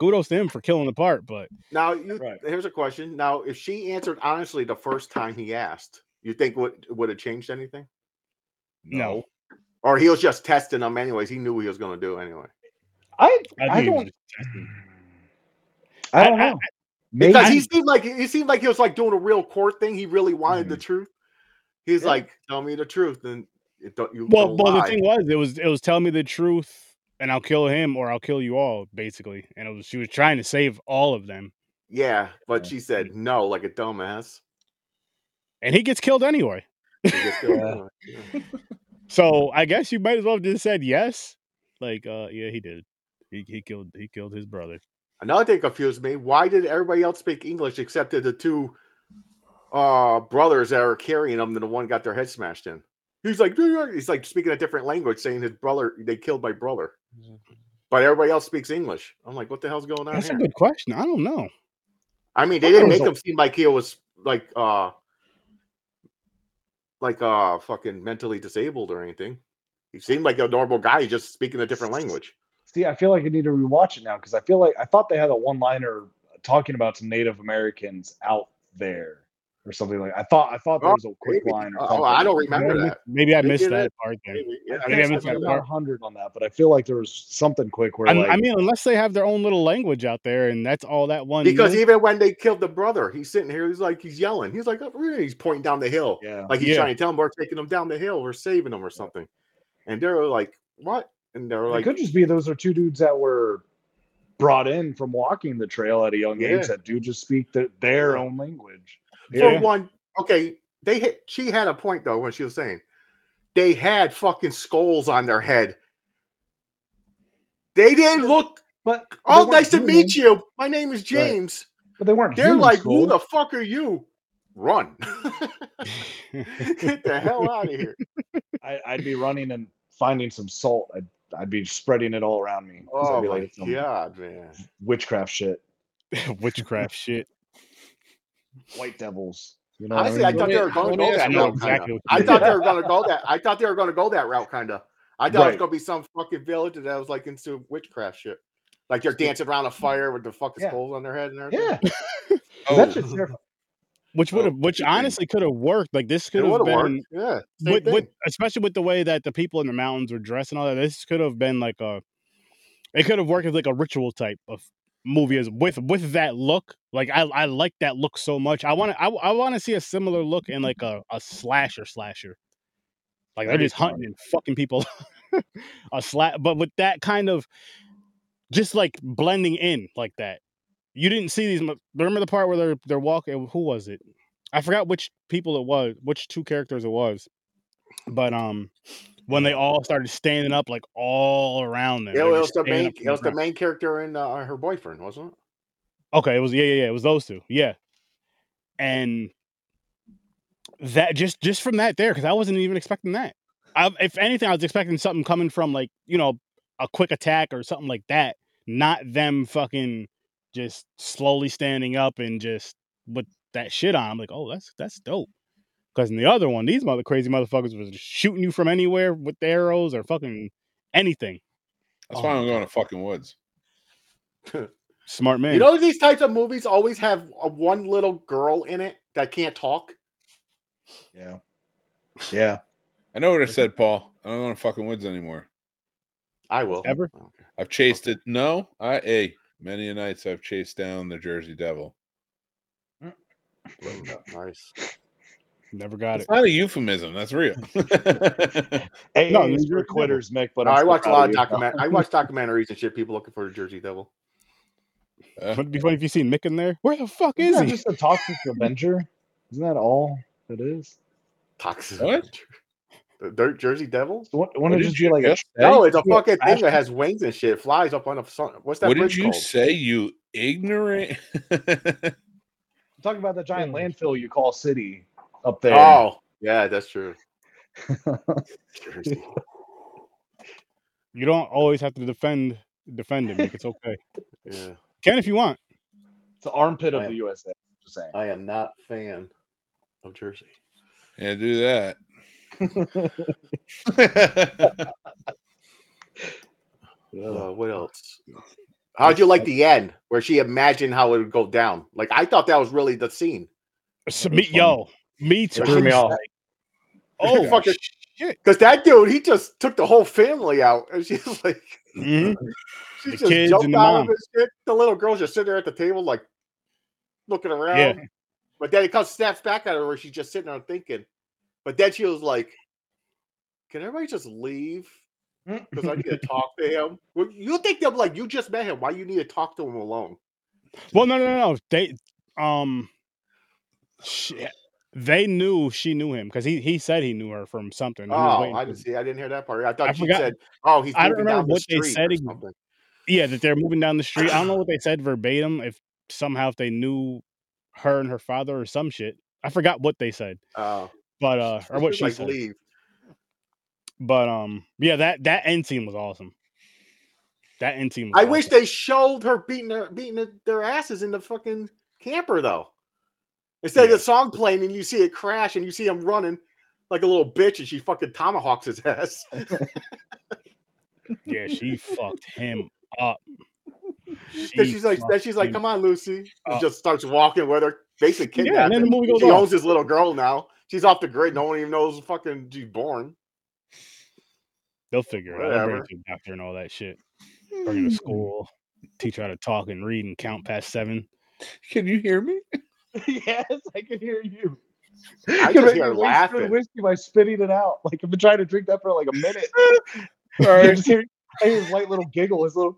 S1: kudos to him for killing the part, but
S3: Now, you,
S4: Right.
S3: here's a question. Now, if she answered honestly the first time he asked, you think would would have changed anything?
S1: no,
S3: Or he was just testing him anyways. He knew he was going to do anyway.
S4: I
S1: think
S4: I
S1: he was
S4: don't
S1: just testing.
S4: I don't
S1: I- I-
S4: know. Maybe
S3: Because he seemed like he seemed like he was like doing a real court thing. He really wanted the truth. He's
S4: Mm-hmm. Yeah.
S3: like, "Tell me the truth," and it don't you
S1: Well,
S3: don't
S1: well, the
S3: lie."
S1: thing was, it was it was tell me the truth, and I'll kill him or I'll kill you all, basically. And it was she was trying to save all of them,
S3: Yeah, but
S4: Yeah.
S3: she said no, like a dumbass.
S1: and he gets killed anyway.
S3: She just goes,
S4: Yeah.
S3: "Oh, yeah."
S1: So I guess you might as well have just said yes. Like, uh, yeah, he did. He, he killed he killed his brother.
S3: Another thing confused me: Why did everybody else speak English except the two uh brothers that are carrying him? And the one got their head smashed in. He's like, he's like speaking a different language, saying his brother they killed my brother,
S4: Mm-hmm.
S3: but everybody else speaks English. I'm like, what the hell's going on
S1: That's
S3: here?
S1: a good question. I don't know.
S3: I mean, they
S4: thought
S3: didn't
S4: it was
S3: make
S4: a-
S3: him seem like he was like uh like uh fucking mentally disabled or anything. He seemed like a normal guy, he's just speaking a different language.
S4: See, I feel like I need to rewatch it now because I feel like I thought they had a one-liner talking about some Native Americans out there or something like. I thought I thought there was a quick
S3: maybe.
S4: line. Or
S3: Oh, I don't
S4: something.
S3: remember
S1: maybe,
S3: that.
S1: maybe I
S3: Maybe
S1: missed
S3: it
S1: that
S3: is.
S1: part then.
S3: Maybe- yeah,
S4: I
S1: Maybe I
S4: guess
S1: missed
S4: I'm
S1: that
S4: not
S1: part.
S4: hundred on that, but I feel like there was something quick where
S1: I,
S4: like
S1: I mean, unless they have their own little language out there, and that's all that one.
S3: Because
S1: knew.
S3: even when they killed the brother, he's sitting here, he's like he's yelling. He's like, "Oh, really?" he's pointing down the hill.
S4: yeah,
S3: Like he's
S1: Yeah.
S3: trying to tell them we're taking them down the hill, we're saving them or something. And they're like, What? And they're
S4: it
S3: like,
S4: could just be those are two dudes that were brought in from walking the trail at a young
S3: Yeah.
S4: age that do just speak the, their own language.
S3: For
S1: Yeah.
S3: one, okay, they hit, she had a point though when she was saying they had fucking skulls on their head. They didn't look.
S4: But
S3: Oh, nice to meet you. My name is James.
S4: But they weren't.
S3: They're
S4: human
S3: like, who
S4: skulls.
S3: the fuck are you? run. Get the hell out of here.
S4: I, I'd be running and finding some salt. I'd, I'd be spreading it all around me. 'cause
S3: Oh
S4: I'd be
S3: my
S4: like some
S3: god, man.
S4: witchcraft shit,
S1: Witchcraft shit.
S4: white devils. You know, what
S3: Honestly, I
S4: mean?
S3: thought they were
S2: Let me
S3: going to go
S2: ask
S3: that
S2: you
S3: route.
S1: something. Exactly
S3: Exactly
S1: what
S3: I
S1: you
S3: thought
S1: mean.
S3: they were going to go that. I thought they were going to go that route, kind of. I thought it was
S4: Right.
S3: going to be some fucking village that was like into witchcraft shit, like they're dancing around a fire with the fucking
S4: Yeah.
S3: skulls on their head and everything.
S4: yeah,
S2: Oh,
S4: that shit's terrifying.
S1: Which would have,
S2: Oh,
S1: which
S2: good thing.
S1: honestly could have worked. Like this
S3: It
S1: could have
S3: would've
S1: been,
S3: worked. Yeah. same
S1: with,
S3: thing.
S1: with, especially with the way that the people in the mountains were dressed and all that. This could have been like a, it could have worked as like a ritual type of movie as with with that look. Like I I like that look so much. I want to I, I want to see a similar look in like a, a slasher slasher. Like they're
S4: That'd be
S1: just hunting
S4: fun.
S1: and fucking people. a slat, but with that kind of just like blending in like that. You didn't see these. mo- Remember the part where they're they're walking. Who was it? I forgot which people it was, which two characters it was. But um, when they all started standing up, like all around them.
S3: It
S1: they're
S3: was
S1: just
S3: the
S1: standing
S3: main.
S1: up from
S3: It was the
S1: ground.
S3: main character and uh, her boyfriend, wasn't it?
S1: Okay, it was yeah, yeah, yeah. It was those two. Yeah. And that just just from that there, because I wasn't even expecting that. I, if anything, I was expecting something coming from like, you know, a quick attack or something like that, not them fucking just slowly standing up and just with that shit on. I'm like, oh, that's that's dope. Cause in the other one, these mother crazy motherfuckers was just shooting you from anywhere with the arrows or fucking anything.
S2: that's why I'm going to fucking woods.
S1: Smart man.
S3: You know, these types of movies always have a, one little girl in it that can't talk.
S4: Yeah, yeah.
S2: I know what I said, Paul. I don't want to fucking woods anymore.
S3: I will Oh,
S1: Ever?
S2: I've chased it. No, I a many a nights I've chased down the Jersey Devil.
S3: Nice.
S1: Never got it.
S2: It's not a euphemism. That's real.
S4: Hey,
S1: No,
S4: no,
S1: these are-
S4: quitters, Mick. But
S3: No,
S4: I'm
S3: I
S4: still
S3: watch a
S4: proud
S3: lot of
S4: you.
S3: document. I watch documentaries and shit. People looking for the Jersey Devil.
S2: Uh,
S1: Wouldn't it be funny if you seen Mick in there? Where the fuck is
S4: Isn't
S1: he?
S4: that just a toxic Avenger? Isn't that all it is?
S3: Toxic.
S2: What?
S3: Avenger. The Jer- Jersey Devil?
S4: Wouldn't wouldn't
S2: What
S4: it
S2: did
S4: just
S2: you
S4: be like a
S2: just
S4: snake?
S3: No, it's a
S4: Yeah,
S3: fucking thing that
S4: Ash-
S3: has wings and shit. Flies up on a sun. What's that
S2: what did
S3: bridge
S2: you
S3: called?
S2: say, you ignorant?
S4: Talk about that giant landfill you call city up there.
S3: Oh, yeah, that's true. Jersey.
S1: You don't always have to defend defend him. Like, it's okay.
S3: Yeah,
S1: Can if you want.
S4: It's the armpit of
S3: I-
S4: the USA. Just saying.
S3: I am not a fan of Jersey.
S2: yeah, do that.
S3: Uh, what else? How'd you like the end where she imagined how it would go down? Like I thought that was really the scene.
S1: So,
S4: was
S1: me,
S4: funny.
S1: yo, me too.
S4: It threw me off.
S1: Oh
S3: Fuck it.
S1: shit!
S3: Because that dude, he just took the whole family out, and she's like,
S1: Mhm.
S3: she
S1: The
S3: just
S1: kids
S3: jumped
S1: and the
S3: out
S1: mom.
S3: of his shit. The little girl's just sitting there at the table, like looking around.
S1: Yeah.
S3: But then it comes snaps back at her where she's just sitting there thinking. But then she was like, "Can everybody just leave? Because I need to talk to him." Well, you think they're like, "You just met him. Why you need to talk to him alone?"
S1: Well, no, no, no. no. They, um, shit. They knew she knew him because he he said he knew her from something. He was
S3: Oh,
S1: waiting
S3: I
S1: for-
S3: didn't see. I didn't hear that part. I thought
S1: I
S3: she
S1: forgot-
S3: said, "Oh, he's
S1: I don't
S3: moving down
S1: remember
S3: the
S1: what they
S3: street
S1: said
S3: or
S1: ex-
S3: something."
S1: yeah, that they're moving down the street. I don't know what they said verbatim. If somehow if they knew her and her father or some shit, I forgot what they said,
S3: Oh,
S1: but uh, or what
S3: was
S1: she
S3: like,
S1: said.
S3: "Leave."
S1: But um, yeah, that that end scene was awesome. That end scene. Was
S3: I
S1: awesome.
S3: wish they showed her beating her, beating the- their asses in the fucking camper though. Instead of the song playing and you see it crash and you see him running like a little bitch and she fucking tomahawks his ass.
S1: Yeah, she fucked him up. She
S3: then she's like, then she's like,
S1: fucking-
S3: "Come on, Lucy," and
S1: Uh,
S3: just starts walking with her, basically
S1: Yeah, and
S3: kidnapped.
S1: then
S3: her.
S1: the movie goes
S3: she
S1: on.
S3: owns this little girl now. She's off the grid. No one even knows fucking she's born.
S1: They'll figure it out. They'll bring her
S3: Whatever. Mm.
S1: to the doctor and all that shit. Bring her to school, teach her how to talk and read and count past seven.
S2: Can you hear me?
S4: yes, I can hear you.
S3: I
S4: Could
S3: just hear
S4: make me
S3: her
S4: waste good
S3: laughing.
S4: Whiskey by spitting it out. Like I've been trying to drink that for like a minute. I
S2: Sorry.
S4: just hear, I hear his light little giggle, his little.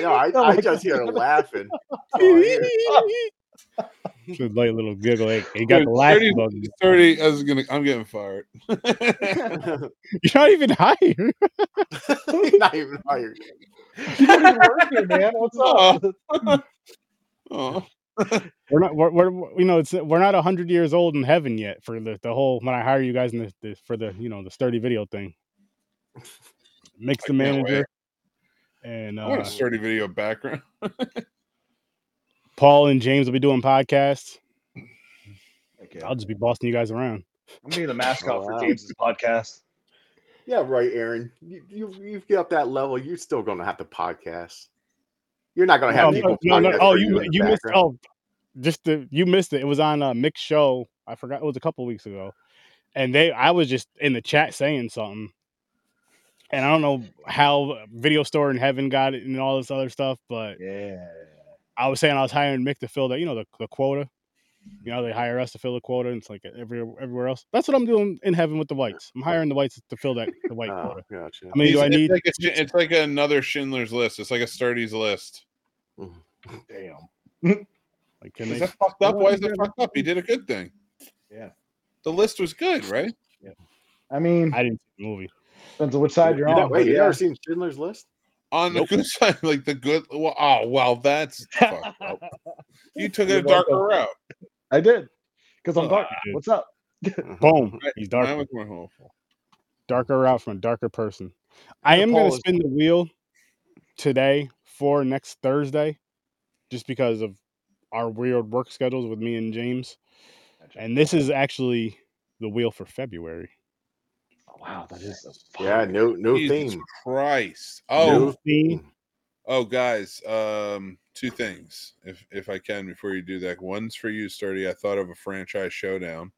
S3: know. I,
S1: Oh
S4: I'm
S3: I
S4: like,
S3: just hear her laughing. That's all I hear.
S1: She's like a little giggle. Like, he got
S2: Dude,
S1: the laughing
S2: 30
S1: bug.
S2: 30 I was gonna I'm getting fired.
S1: You're not even hired.
S3: Not even hired.
S4: You don't even work here, man. What's up?
S2: oh.
S1: we're not we're, we're we're- you know it's we're not 100 years old in heaven yet for the, the whole when i hire you guys in the, the for the you know the sturdy video thing mix the
S2: I can't wait.
S1: manager and
S2: I want
S1: uh,
S2: a sturdy video background.
S1: paul and james will be doing podcasts
S4: Heck yeah.
S1: i'll just be bossing you guys around
S4: I'm gonna be the mascot
S3: Oh, wow.
S4: for James's podcast.
S3: Yeah, right, Aaron. You, you you get up that level, you're still going to have to podcast. You're not going to have
S1: Oh,
S3: people.
S1: no, no,
S3: podcast
S1: oh
S3: for
S1: you
S3: in the
S1: you missed
S3: background.
S1: oh just the you missed it it was on a mixed show i forgot it was a couple weeks ago and they i was just in the chat saying something and i don't know how video store in heaven got it and all this other stuff but
S4: Yeah.
S1: I was saying I was hiring Mick to fill that, you know, the, the quota. You know, they hire us to fill the quota, and it's like every, everywhere else. That's what I'm doing in heaven with the whites. I'm hiring the whites to fill that the white
S3: Oh,
S1: quota.
S3: gotcha.
S1: I mean, do I
S2: it's,
S1: need?
S2: like a, Sch- it's like another Schindler's List. It's like a Sturdy's List.
S4: Damn.
S1: Like, can
S2: Is
S1: they?
S2: that fucked up? Why is that fucked up? He did a good thing.
S4: Yeah.
S2: The list was good, right?
S4: I mean,
S1: I didn't see the movie.
S4: depends on which side you're
S3: You
S4: on.
S3: know- wait,
S4: but
S3: you
S4: yeah.
S3: ever seen Schindler's List?
S2: On the
S1: Nope.
S2: good side, like the good. Well, oh well, that's fucked up. You took it a
S4: You're welcome.
S2: darker route.
S4: I did. Because I'm
S2: Oh,
S4: dark.
S1: did.
S4: What's up?
S1: Boom.
S2: Right.
S1: He's
S2: Mine
S1: darker,
S2: was more hopeful.
S1: darker route from a darker person. I am going
S3: Paul
S1: to
S3: is-
S1: spin the wheel today for next Thursday, just because of our weird work schedules with me and James. And this is actually the wheel for February.
S4: Oh, wow, that is a
S3: Yeah,
S4: fuck.
S3: no, no
S2: Jesus
S3: theme.
S2: Christ! Oh,
S3: No.
S1: Theme.
S2: Oh, guys, um, two things, if if I can, before you do that. One's for you, Sturdy. I thought of a franchise showdown.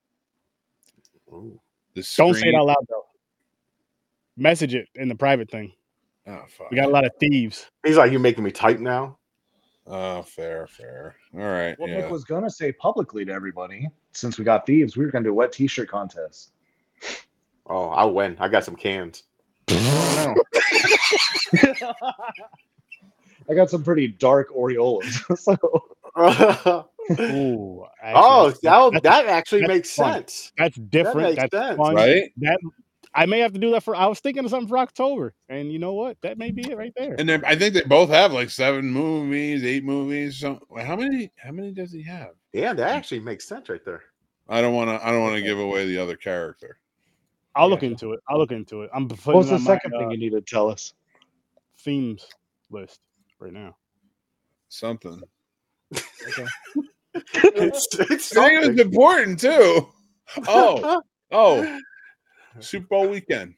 S3: Ooh.
S2: The
S1: Don't say it
S2: screen-
S1: out loud though. Message it in the private thing.
S2: Oh, fuck.
S1: We got a lot of thieves.
S3: He's like, you're making me type now.
S2: oh, fair, fair. All right,
S4: What Nick
S2: yeah.
S4: was gonna say publicly to everybody, since we got thieves, we were gonna do a wet t-shirt contest.
S3: Oh, I'll win. I got some cans.
S4: I don't know. I got some pretty dark Oriolas. So
S3: oh,
S1: Ooh.
S3: that
S1: actually, that's,
S3: that actually
S1: that's
S3: makes
S1: fun.
S3: sense.
S1: that's
S3: That
S1: different.
S3: makes
S1: That's
S3: sense.
S1: fun.
S2: Right,
S1: That I may have to do that for. I was thinking of something for October, and you know what? That may be it right there.
S2: and then I think they both have like seven movies, eight movies. Some wait, how many? How many does he have?
S3: Yeah, that actually makes sense right there.
S2: I don't want to. I don't want to give away the other character.
S1: I'll look
S4: yeah.
S1: into it. I'll look into it. I'm putting
S4: what's
S1: it
S4: the
S1: on my,
S4: second thing
S1: uh,
S4: you need to tell us?
S1: themes list right now.
S2: Something.
S3: It's, it's
S2: I think it
S3: something.
S2: was important too. Oh, oh, Super Bowl weekend.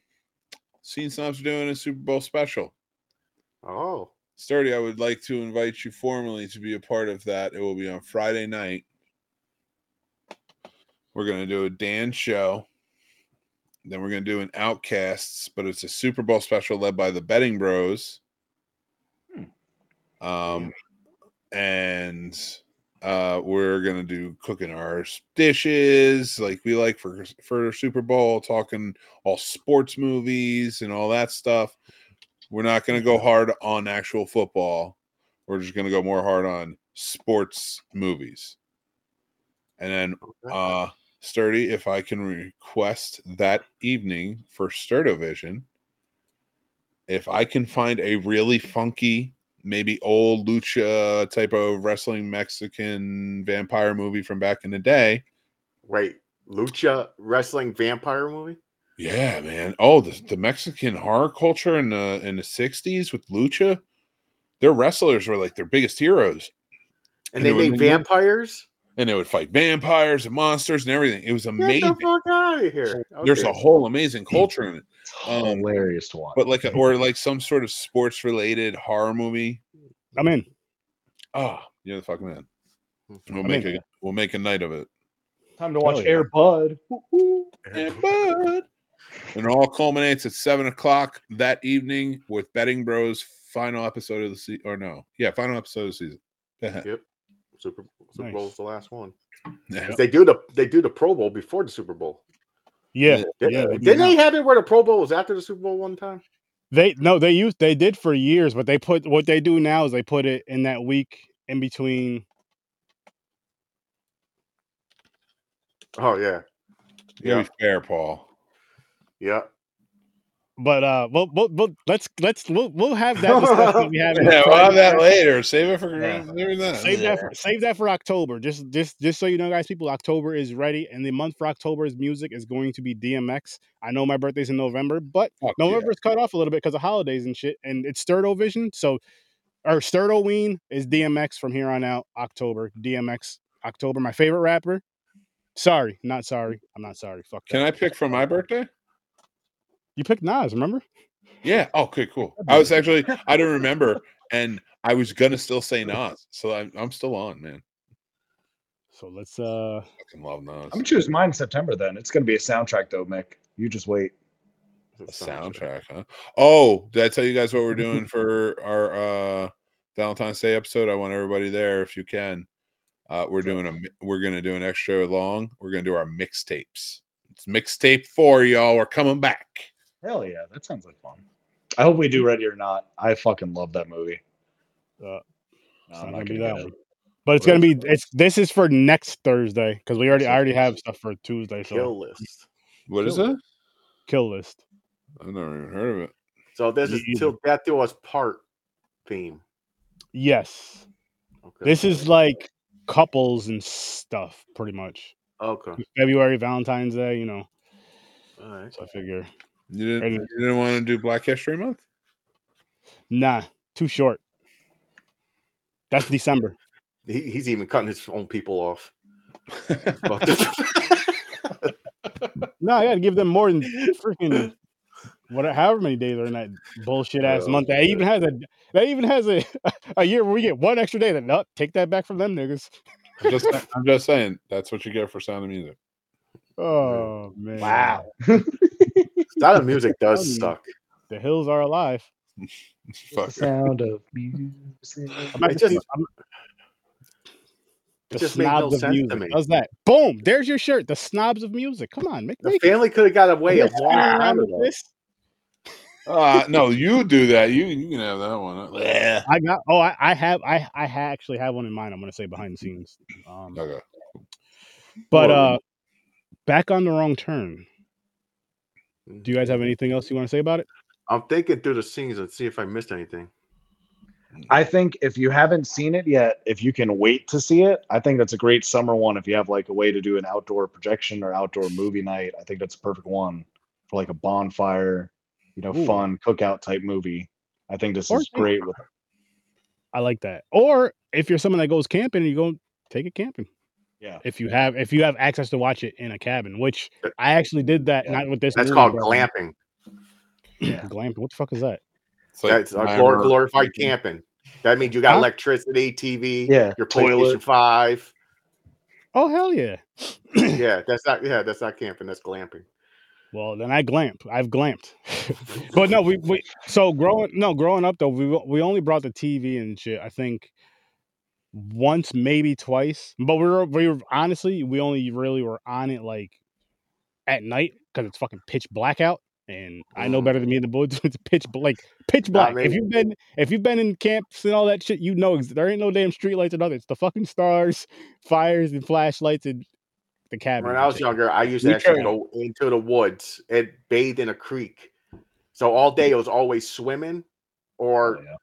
S2: Scene Snobs are doing a Super Bowl special.
S3: oh,
S2: Sturdy, I would like to invite you formally to be a part of that. It will be on Friday night. We're going to do a Dan show. Then we're going to do an Outcasts, but it's a Super Bowl special led by the Betting Bros. Um, and uh, we're going to do cooking our s- dishes like we like for for Super Bowl, talking all sports movies and all that stuff we're not going to go hard on actual football. We're just going to go more hard on sports movies. And then, uh, Sturdy, if I can request that evening for Sturdovision, if I can find a really funky, maybe old lucha type of wrestling Mexican vampire movie from back in the day.
S3: wait, lucha wrestling vampire movie?
S2: Yeah, man. Oh, the, the Mexican horror culture in the in the sixties with lucha, their wrestlers were like their biggest heroes,
S3: And
S2: You
S3: they
S2: know what I
S3: made
S2: mean?
S3: vampires?
S2: and they would fight vampires and monsters and everything. It was amazing.
S3: Get the fuck out of here.
S2: There's a
S3: Okay.
S2: whole amazing
S1: Hmm.
S2: culture in it,
S4: It's
S2: Um,
S4: hilarious to watch.
S2: but like a, or like some sort of sports related horror movie.
S1: I'm in.
S2: Ah, you're the fucking man. We'll
S1: Hmm. I
S2: make
S1: mean-
S2: a we'll make a night of it.
S4: time to watch
S1: Hell yeah.
S4: Air Bud. Woo-hoo.
S2: And bud. And it all culminates at seven o'clock that evening with Betting Bros final episode of the season. Or no, yeah, final episode of the season.
S3: Yep. Super, Super
S1: Nice.
S3: Bowl's the last one.
S2: Yeah.
S3: 'Cause They do the they do the Pro Bowl before the Super Bowl.
S1: Yeah,
S3: Did,
S1: yeah.
S3: not they have it where the Pro Bowl was after the Super Bowl one time?
S1: They no, they used they did for years, but they put what they do now is they put it in that week in between
S3: Oh yeah,
S2: Oh, Yeah. Be fair, Paul.
S3: yeah.
S1: But uh, we'll, we'll, we'll let's let's we'll, we'll have that discussion we have. in
S2: Yeah, we'll have that
S1: Friday.
S2: later. Save it for
S4: Yeah.
S2: maybe not.
S1: Save that for, save that for October. Just just just so you know, guys, people, October is ready, and the month for October's music is going to be DMX. I know my birthday's in November, but
S2: Fuck yeah.
S1: November's cut off a little bit because of holidays and shit, and it's Sturdo Vision. So, or Sturdo Ween is DMX from here on out. October DMX October, my favorite rapper. Sorry, not sorry. I'm not sorry. Fuck.
S2: Can
S1: that.
S2: I pick for my birthday?
S1: You picked Nas, remember?
S2: Yeah. Oh, okay, cool. I was actually I don't remember, and I was gonna still say Nas, so I'm, I'm still on, man.
S1: So let's uh
S2: Fucking love Nas.
S4: I'm gonna choose mine in September then. It's gonna be a soundtrack though, Mick. You just wait.
S2: The soundtrack, huh? Oh, did I tell you guys what we're doing for our uh Valentine's Day episode? I want everybody there if you can. Uh we're doing a mi- we're gonna do an extra long. We're gonna do our mixtapes. It's mixtape four, y'all. We're coming back.
S4: Hell yeah, that sounds like fun. I hope we do Ready or Not. I fucking love that movie.
S1: Uh,
S4: No,
S1: it's not
S4: I'm not
S1: gonna be
S4: gonna
S1: that
S4: get
S1: one. But it's
S4: What
S1: gonna be
S4: is it?
S1: it's this is for next Thursday because we already I already have stuff for Tuesday. So
S3: Kill list.
S2: What is
S4: Cool.
S2: it?
S1: kill list.
S2: I've never even heard of it.
S3: So this
S1: Me
S3: is till death do us part theme.
S1: Yes,
S3: Okay.
S1: this is like couples and stuff, pretty much.
S3: okay.
S1: February Valentine's Day, you know.
S3: All right.
S1: So I figure,
S2: You didn't
S1: Ready.
S2: you didn't want to do Black History Month?
S1: nah, too short. That's December.
S3: He, he's even cutting his own people off. Fuck.
S1: No, I gotta give them more than freaking what however many days are in that bullshit ass
S3: Oh,
S1: month. That
S3: shit.
S1: even has a that even has a a year where we get one extra day. That no, take that back from them niggas.
S2: I'm just, I'm just saying that's what you get for sound of music.
S1: Oh man!
S4: it. Wow.
S3: Sound of music
S1: Sound
S3: does
S1: of
S3: suck.
S1: the hills are alive.
S2: Fuck.
S4: sound of music.
S1: I'm not
S3: It
S1: just,
S3: just-
S1: I'm, the
S3: It just made no
S1: snobs of
S3: sense
S1: music.
S3: to me.
S1: Does that? Boom! There's your shirt. The snobs of music. Come on, make,
S3: The
S1: make it.
S3: family could have got away a
S1: You're
S3: long
S1: standing around
S3: time
S1: with
S3: ago.
S1: this?
S2: Uh, no, you do that. You you can have that one. Uh, Yeah.
S1: I got. Oh, I, I have. I I ha- actually have one in mind. I'm gonna say behind the scenes. Um,
S2: Okay.
S1: but
S2: Well,
S1: uh, back on the wrong turn. Do you guys have anything else you want to say about it?
S3: I'm thinking through the scenes and see if I missed anything.
S4: I think if you haven't seen it yet, if you can wait to see it, I think that's a great summer one. If you have like a way to do an outdoor projection or outdoor movie night, I think that's a perfect one for like a bonfire, you know,
S1: Ooh.
S4: fun cookout type movie. I think this
S1: Or
S4: is
S1: take-
S4: great with
S1: I like that. Or if you're someone that goes camping, you go take it camping.
S4: yeah.
S1: If you have if you have access to watch it in a cabin, which I actually did that.
S4: Yeah.
S1: Not with this.
S3: That's
S1: movie,
S3: called
S1: but-
S3: glamping.
S4: yeah.
S1: Glamping. What the fuck is that?
S2: It's like
S3: That's a
S2: nine
S3: glor-
S2: or-
S3: glorified camping. That means you got
S1: Huh?
S3: electricity, TV,
S4: Yeah.
S3: your
S4: Toilet.
S3: PlayStation Five.
S1: Oh hell yeah!
S3: Yeah, that's not. Yeah, that's not camping. That's glamping.
S1: Well, then I glamp. I've glamped. but no, we, we so growing no growing up though we we only brought the TV and shit. I think once maybe twice, but we were we were honestly we only really were on it like at night because it's fucking pitch blackout. And I know
S3: Mm.
S1: better than me and the boys. It's pitch bl- like pitch
S3: Not
S1: black. If
S3: me.
S1: you've been if you've been in camps and all that shit, you know ex- there ain't no damn streetlights or nothing. It's the fucking stars, fires, and flashlights and the cabin.
S3: When I was younger, I used to
S2: We
S3: actually
S2: tried-
S3: go into the woods and bathe in a creek. So all day it was always swimming or
S4: Yeah.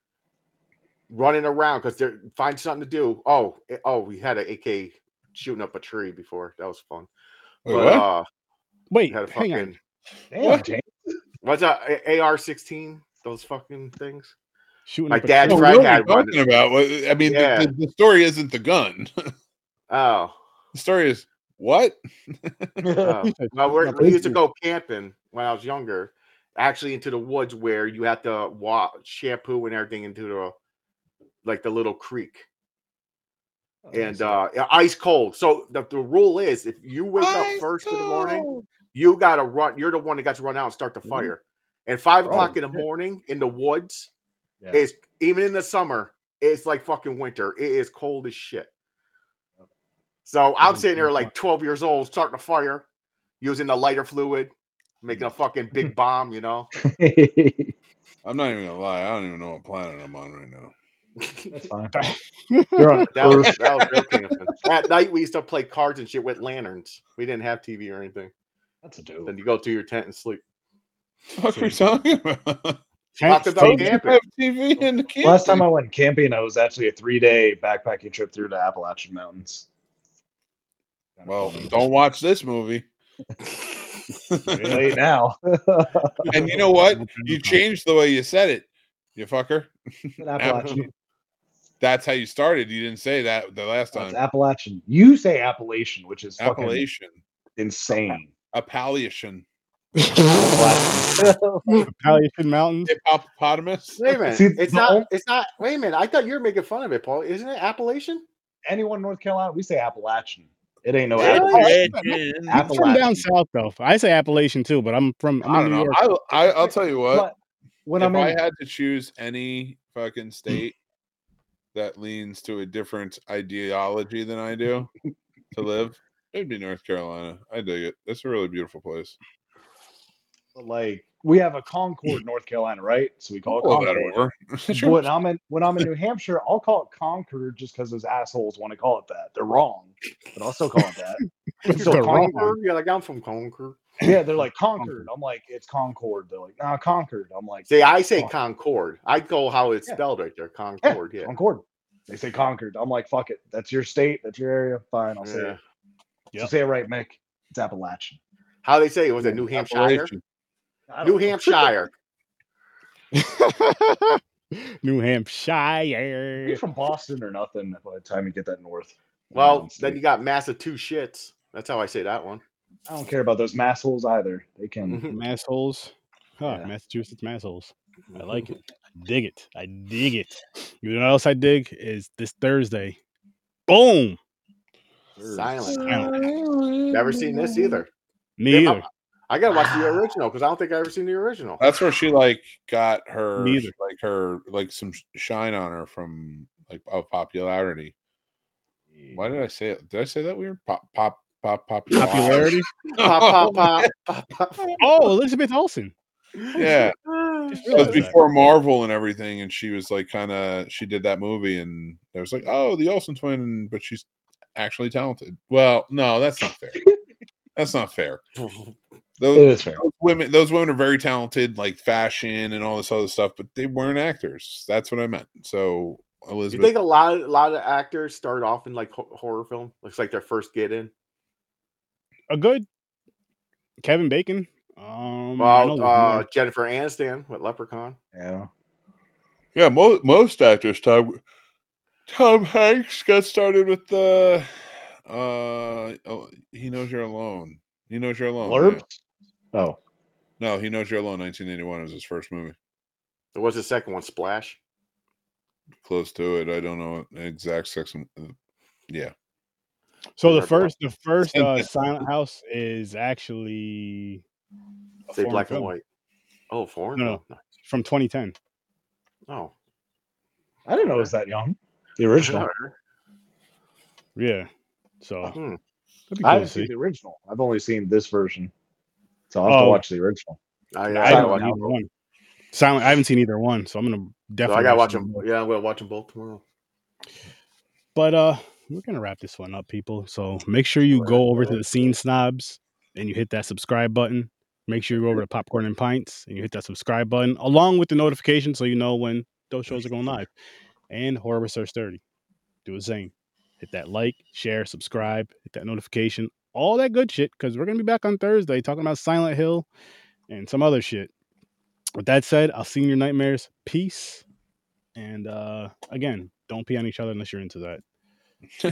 S3: running around because they find something to do. Oh, eh, oh, we had an AK shooting up a tree before. That was fun.
S2: Wait,
S3: but
S2: what?
S3: uh, we
S1: Wait,
S3: had a
S1: hang on.
S3: fucking
S4: Damn,
S2: What?
S4: James.
S3: what's that AR sixteen? Those fucking things.
S1: Shooting
S3: My
S1: up a
S3: dad
S1: tree.
S2: No,
S3: That's
S2: what are
S3: right,
S2: we
S3: had uh, one.
S2: talking about? What- I mean, the-
S3: Yeah.
S2: the, the story isn't the gun.
S3: Oh,
S2: the story is what?
S3: oh.
S1: said
S3: well, we're,
S1: up a
S3: we used to
S1: tree.
S3: go camping when I was younger, actually into the woods where you had to wash shampoo and everything into the like the little creek and uh yeah, ice cold. So the, the rule is if you wake up first in the morning, you gotta run. You're the one that got to run out and start the
S4: Mhm.
S3: fire. And five
S4: Oh,
S3: o'clock in the
S4: shit.
S3: morning in the woods
S4: Yeah.
S3: is even in the summer, it's like fucking winter. It is cold as shit. So I'm
S1: Doesn't
S3: sitting there
S1: sound fun.
S3: like 12 years old, starting a fire, using the lighter fluid, making a fucking big bomb, you know.
S1: uh,
S2: I'm not even gonna lie. I don't even know what planet I'm on right now.
S4: That's fine. You're on
S3: That was,
S4: Earth.
S3: that was real camping. At night, we used to play cards and shit with lanterns. We didn't have TV or anything.
S4: That's a dope.
S3: Then you go to your tent and sleep.
S2: fuck are we talking about?
S3: Lock the
S1: Tent state-
S3: dog in.
S2: You have TV in the camp.
S4: Last time I went camping, I was actually a three day backpacking trip through the Appalachian Mountains.
S2: well, don't watch this movie.
S4: late now.
S2: and you know what? You changed the way you said it, you fucker.
S4: It's Appalachian.
S2: That's how you started. You didn't say that the last
S4: That's
S2: time.
S4: Appalachian. You say Appalachian, which is fucking
S2: Appalachian,
S4: insane.
S2: Appalachian,
S1: Appalachian Mountains.
S2: hippopotamus.
S3: Wait a minute.
S4: See,
S3: it's
S4: the
S3: not.
S4: only-
S3: It's not. Wait a minute. I thought you were making fun of it, Paul. Isn't it Appalachian?
S4: Anyone in North Carolina, we say Appalachian. It ain't no
S1: Oh,
S3: Really?
S4: Appalachian.
S1: I'm from down
S4: Appalachian.
S1: south though. I say Appalachian too, but I'm from I'm
S2: I
S1: in
S2: don't
S1: New
S2: know.
S1: York.
S2: I, I, I'll tell you what.
S4: But when
S2: if
S4: I'm in,
S2: I had to choose any fucking state that leans to a different ideology than I do to live, it'd be North Carolina. I dig it. It's a really beautiful place.
S4: like, we have a Concord, North Carolina, right? So we call it
S2: Pull that
S4: Concord.
S2: over.
S4: When I'm in when I'm in New Hampshire, I'll call it Concord just because those assholes want to call it that. They're wrong, but I'll still call it that.
S1: It's
S4: so
S1: the wrong
S3: Concord? You're like I'm from Concord.
S4: Yeah, they're like Concord. I'm like, it's Concord. They're like, nah, Concord. I'm like,
S3: See, I say
S4: Con-
S3: Concord. I go how it's
S4: Yeah.
S3: spelled right there. Concord. Yeah.
S4: Concord. They say Concord. I'm like, fuck it. That's your state. That's your area. Fine, I'll say
S3: Yeah.
S4: it.
S1: Yep.
S4: So say it right, Mick. It's Appalachian.
S3: How they say it was it New Hampshire?
S2: Appalachian.
S4: I
S3: New
S4: don't know.
S3: Hampshire.
S1: New Hampshire.
S4: You're from Boston or nothing by the time you get that north.
S3: Well,
S4: Um,
S3: then you got Massachusetts. That's how I say that one.
S4: I don't care about those massholes either. They can.
S1: Mm-hmm.
S3: Mhm.
S1: Massholes. Huh,
S4: Yeah.
S1: Massachusetts massholes. I like it. Dig it. I dig it. You know what else I dig is this Thursday. Boom.
S3: Silent.
S1: Silent.
S3: Never seen this either.
S1: Me
S3: Yeah,
S1: either.
S3: I gotta watch the original because I don't think I ever seen the original.
S2: That's where she like got her
S1: Neither.
S2: like her like some sh- shine on her from like of popularity. Why did I say it? Did I say that weird? Pop pop pop popularity.
S1: Popularity.
S3: Pop, pop, pop, pop, pop.
S1: Oh, Elizabeth Olsen.
S2: Yeah.
S1: Just
S2: It was
S1: realized that.
S2: before Marvel and everything, and she was like, kind of, she did that movie, and it was like, oh, the Olsen twin, but she's actually talented. Well, no, that's not fair. that's not fair.
S4: It
S2: Those,
S4: is fair.
S2: those women, those women are very talented, like fashion and all this other stuff, but they weren't actors. That's what I meant. So
S3: Do you
S2: Elizabeth,
S3: think a lot, a lot of actors start off in like ho- horror film? Looks like their first get in.
S1: A good Kevin Bacon. Um I know
S3: Well,
S1: there's
S3: uh,
S1: more.
S3: Jennifer Aniston with Leprechaun.
S4: Yeah.
S2: yeah, most most actors, Tom Tom Hanks got started with the, uh, oh, he knows you're alone. He knows you're alone. yeah.
S4: Blurb. Oh,
S2: No, he knows you're alone. 1981 was his first movie.
S3: There was a second one, Splash.
S2: Close to it. I don't know the exact sex. Yeah,
S1: so the
S3: Remember
S1: first the first uh Silent House is actually a
S3: Say
S1: foreign
S3: black and
S1: film
S3: white. Oh, foreign.
S1: No,
S3: film.
S1: from 2010.
S3: Oh,
S4: I didn't know it was that young. The original.
S3: sure.
S1: Yeah. So that'd
S3: Hmm.
S1: be cool
S4: I
S1: to
S4: haven't
S1: see.
S4: seen the original. I've only seen this version. So I'll have
S1: Oh.
S4: to watch the original.
S3: I,
S1: I
S3: I,
S1: haven't
S3: gotta
S4: Silent
S3: watch
S1: seen
S4: House.
S1: either one. Silent. I haven't seen either one, so I'm gonna
S3: so
S1: definitely.
S3: I gotta watch
S1: them
S3: them. Yeah, I'm gonna watch them both tomorrow.
S1: But uh, we're gonna wrap this one up, people. So make sure you go over to the Scene Snobs and you hit that subscribe button. Make sure you go over to Popcorn and Pints and you hit that subscribe button along with the notification so you know when those shows are going live. And Horror Research 30. Do the same. Hit that like, share, subscribe, hit that notification, all that good shit, because we're gonna be back on Thursday talking about Silent Hill and some other shit. With that said, I'll see you in your nightmares. Peace. And uh again, don't pee on each other unless you're into that.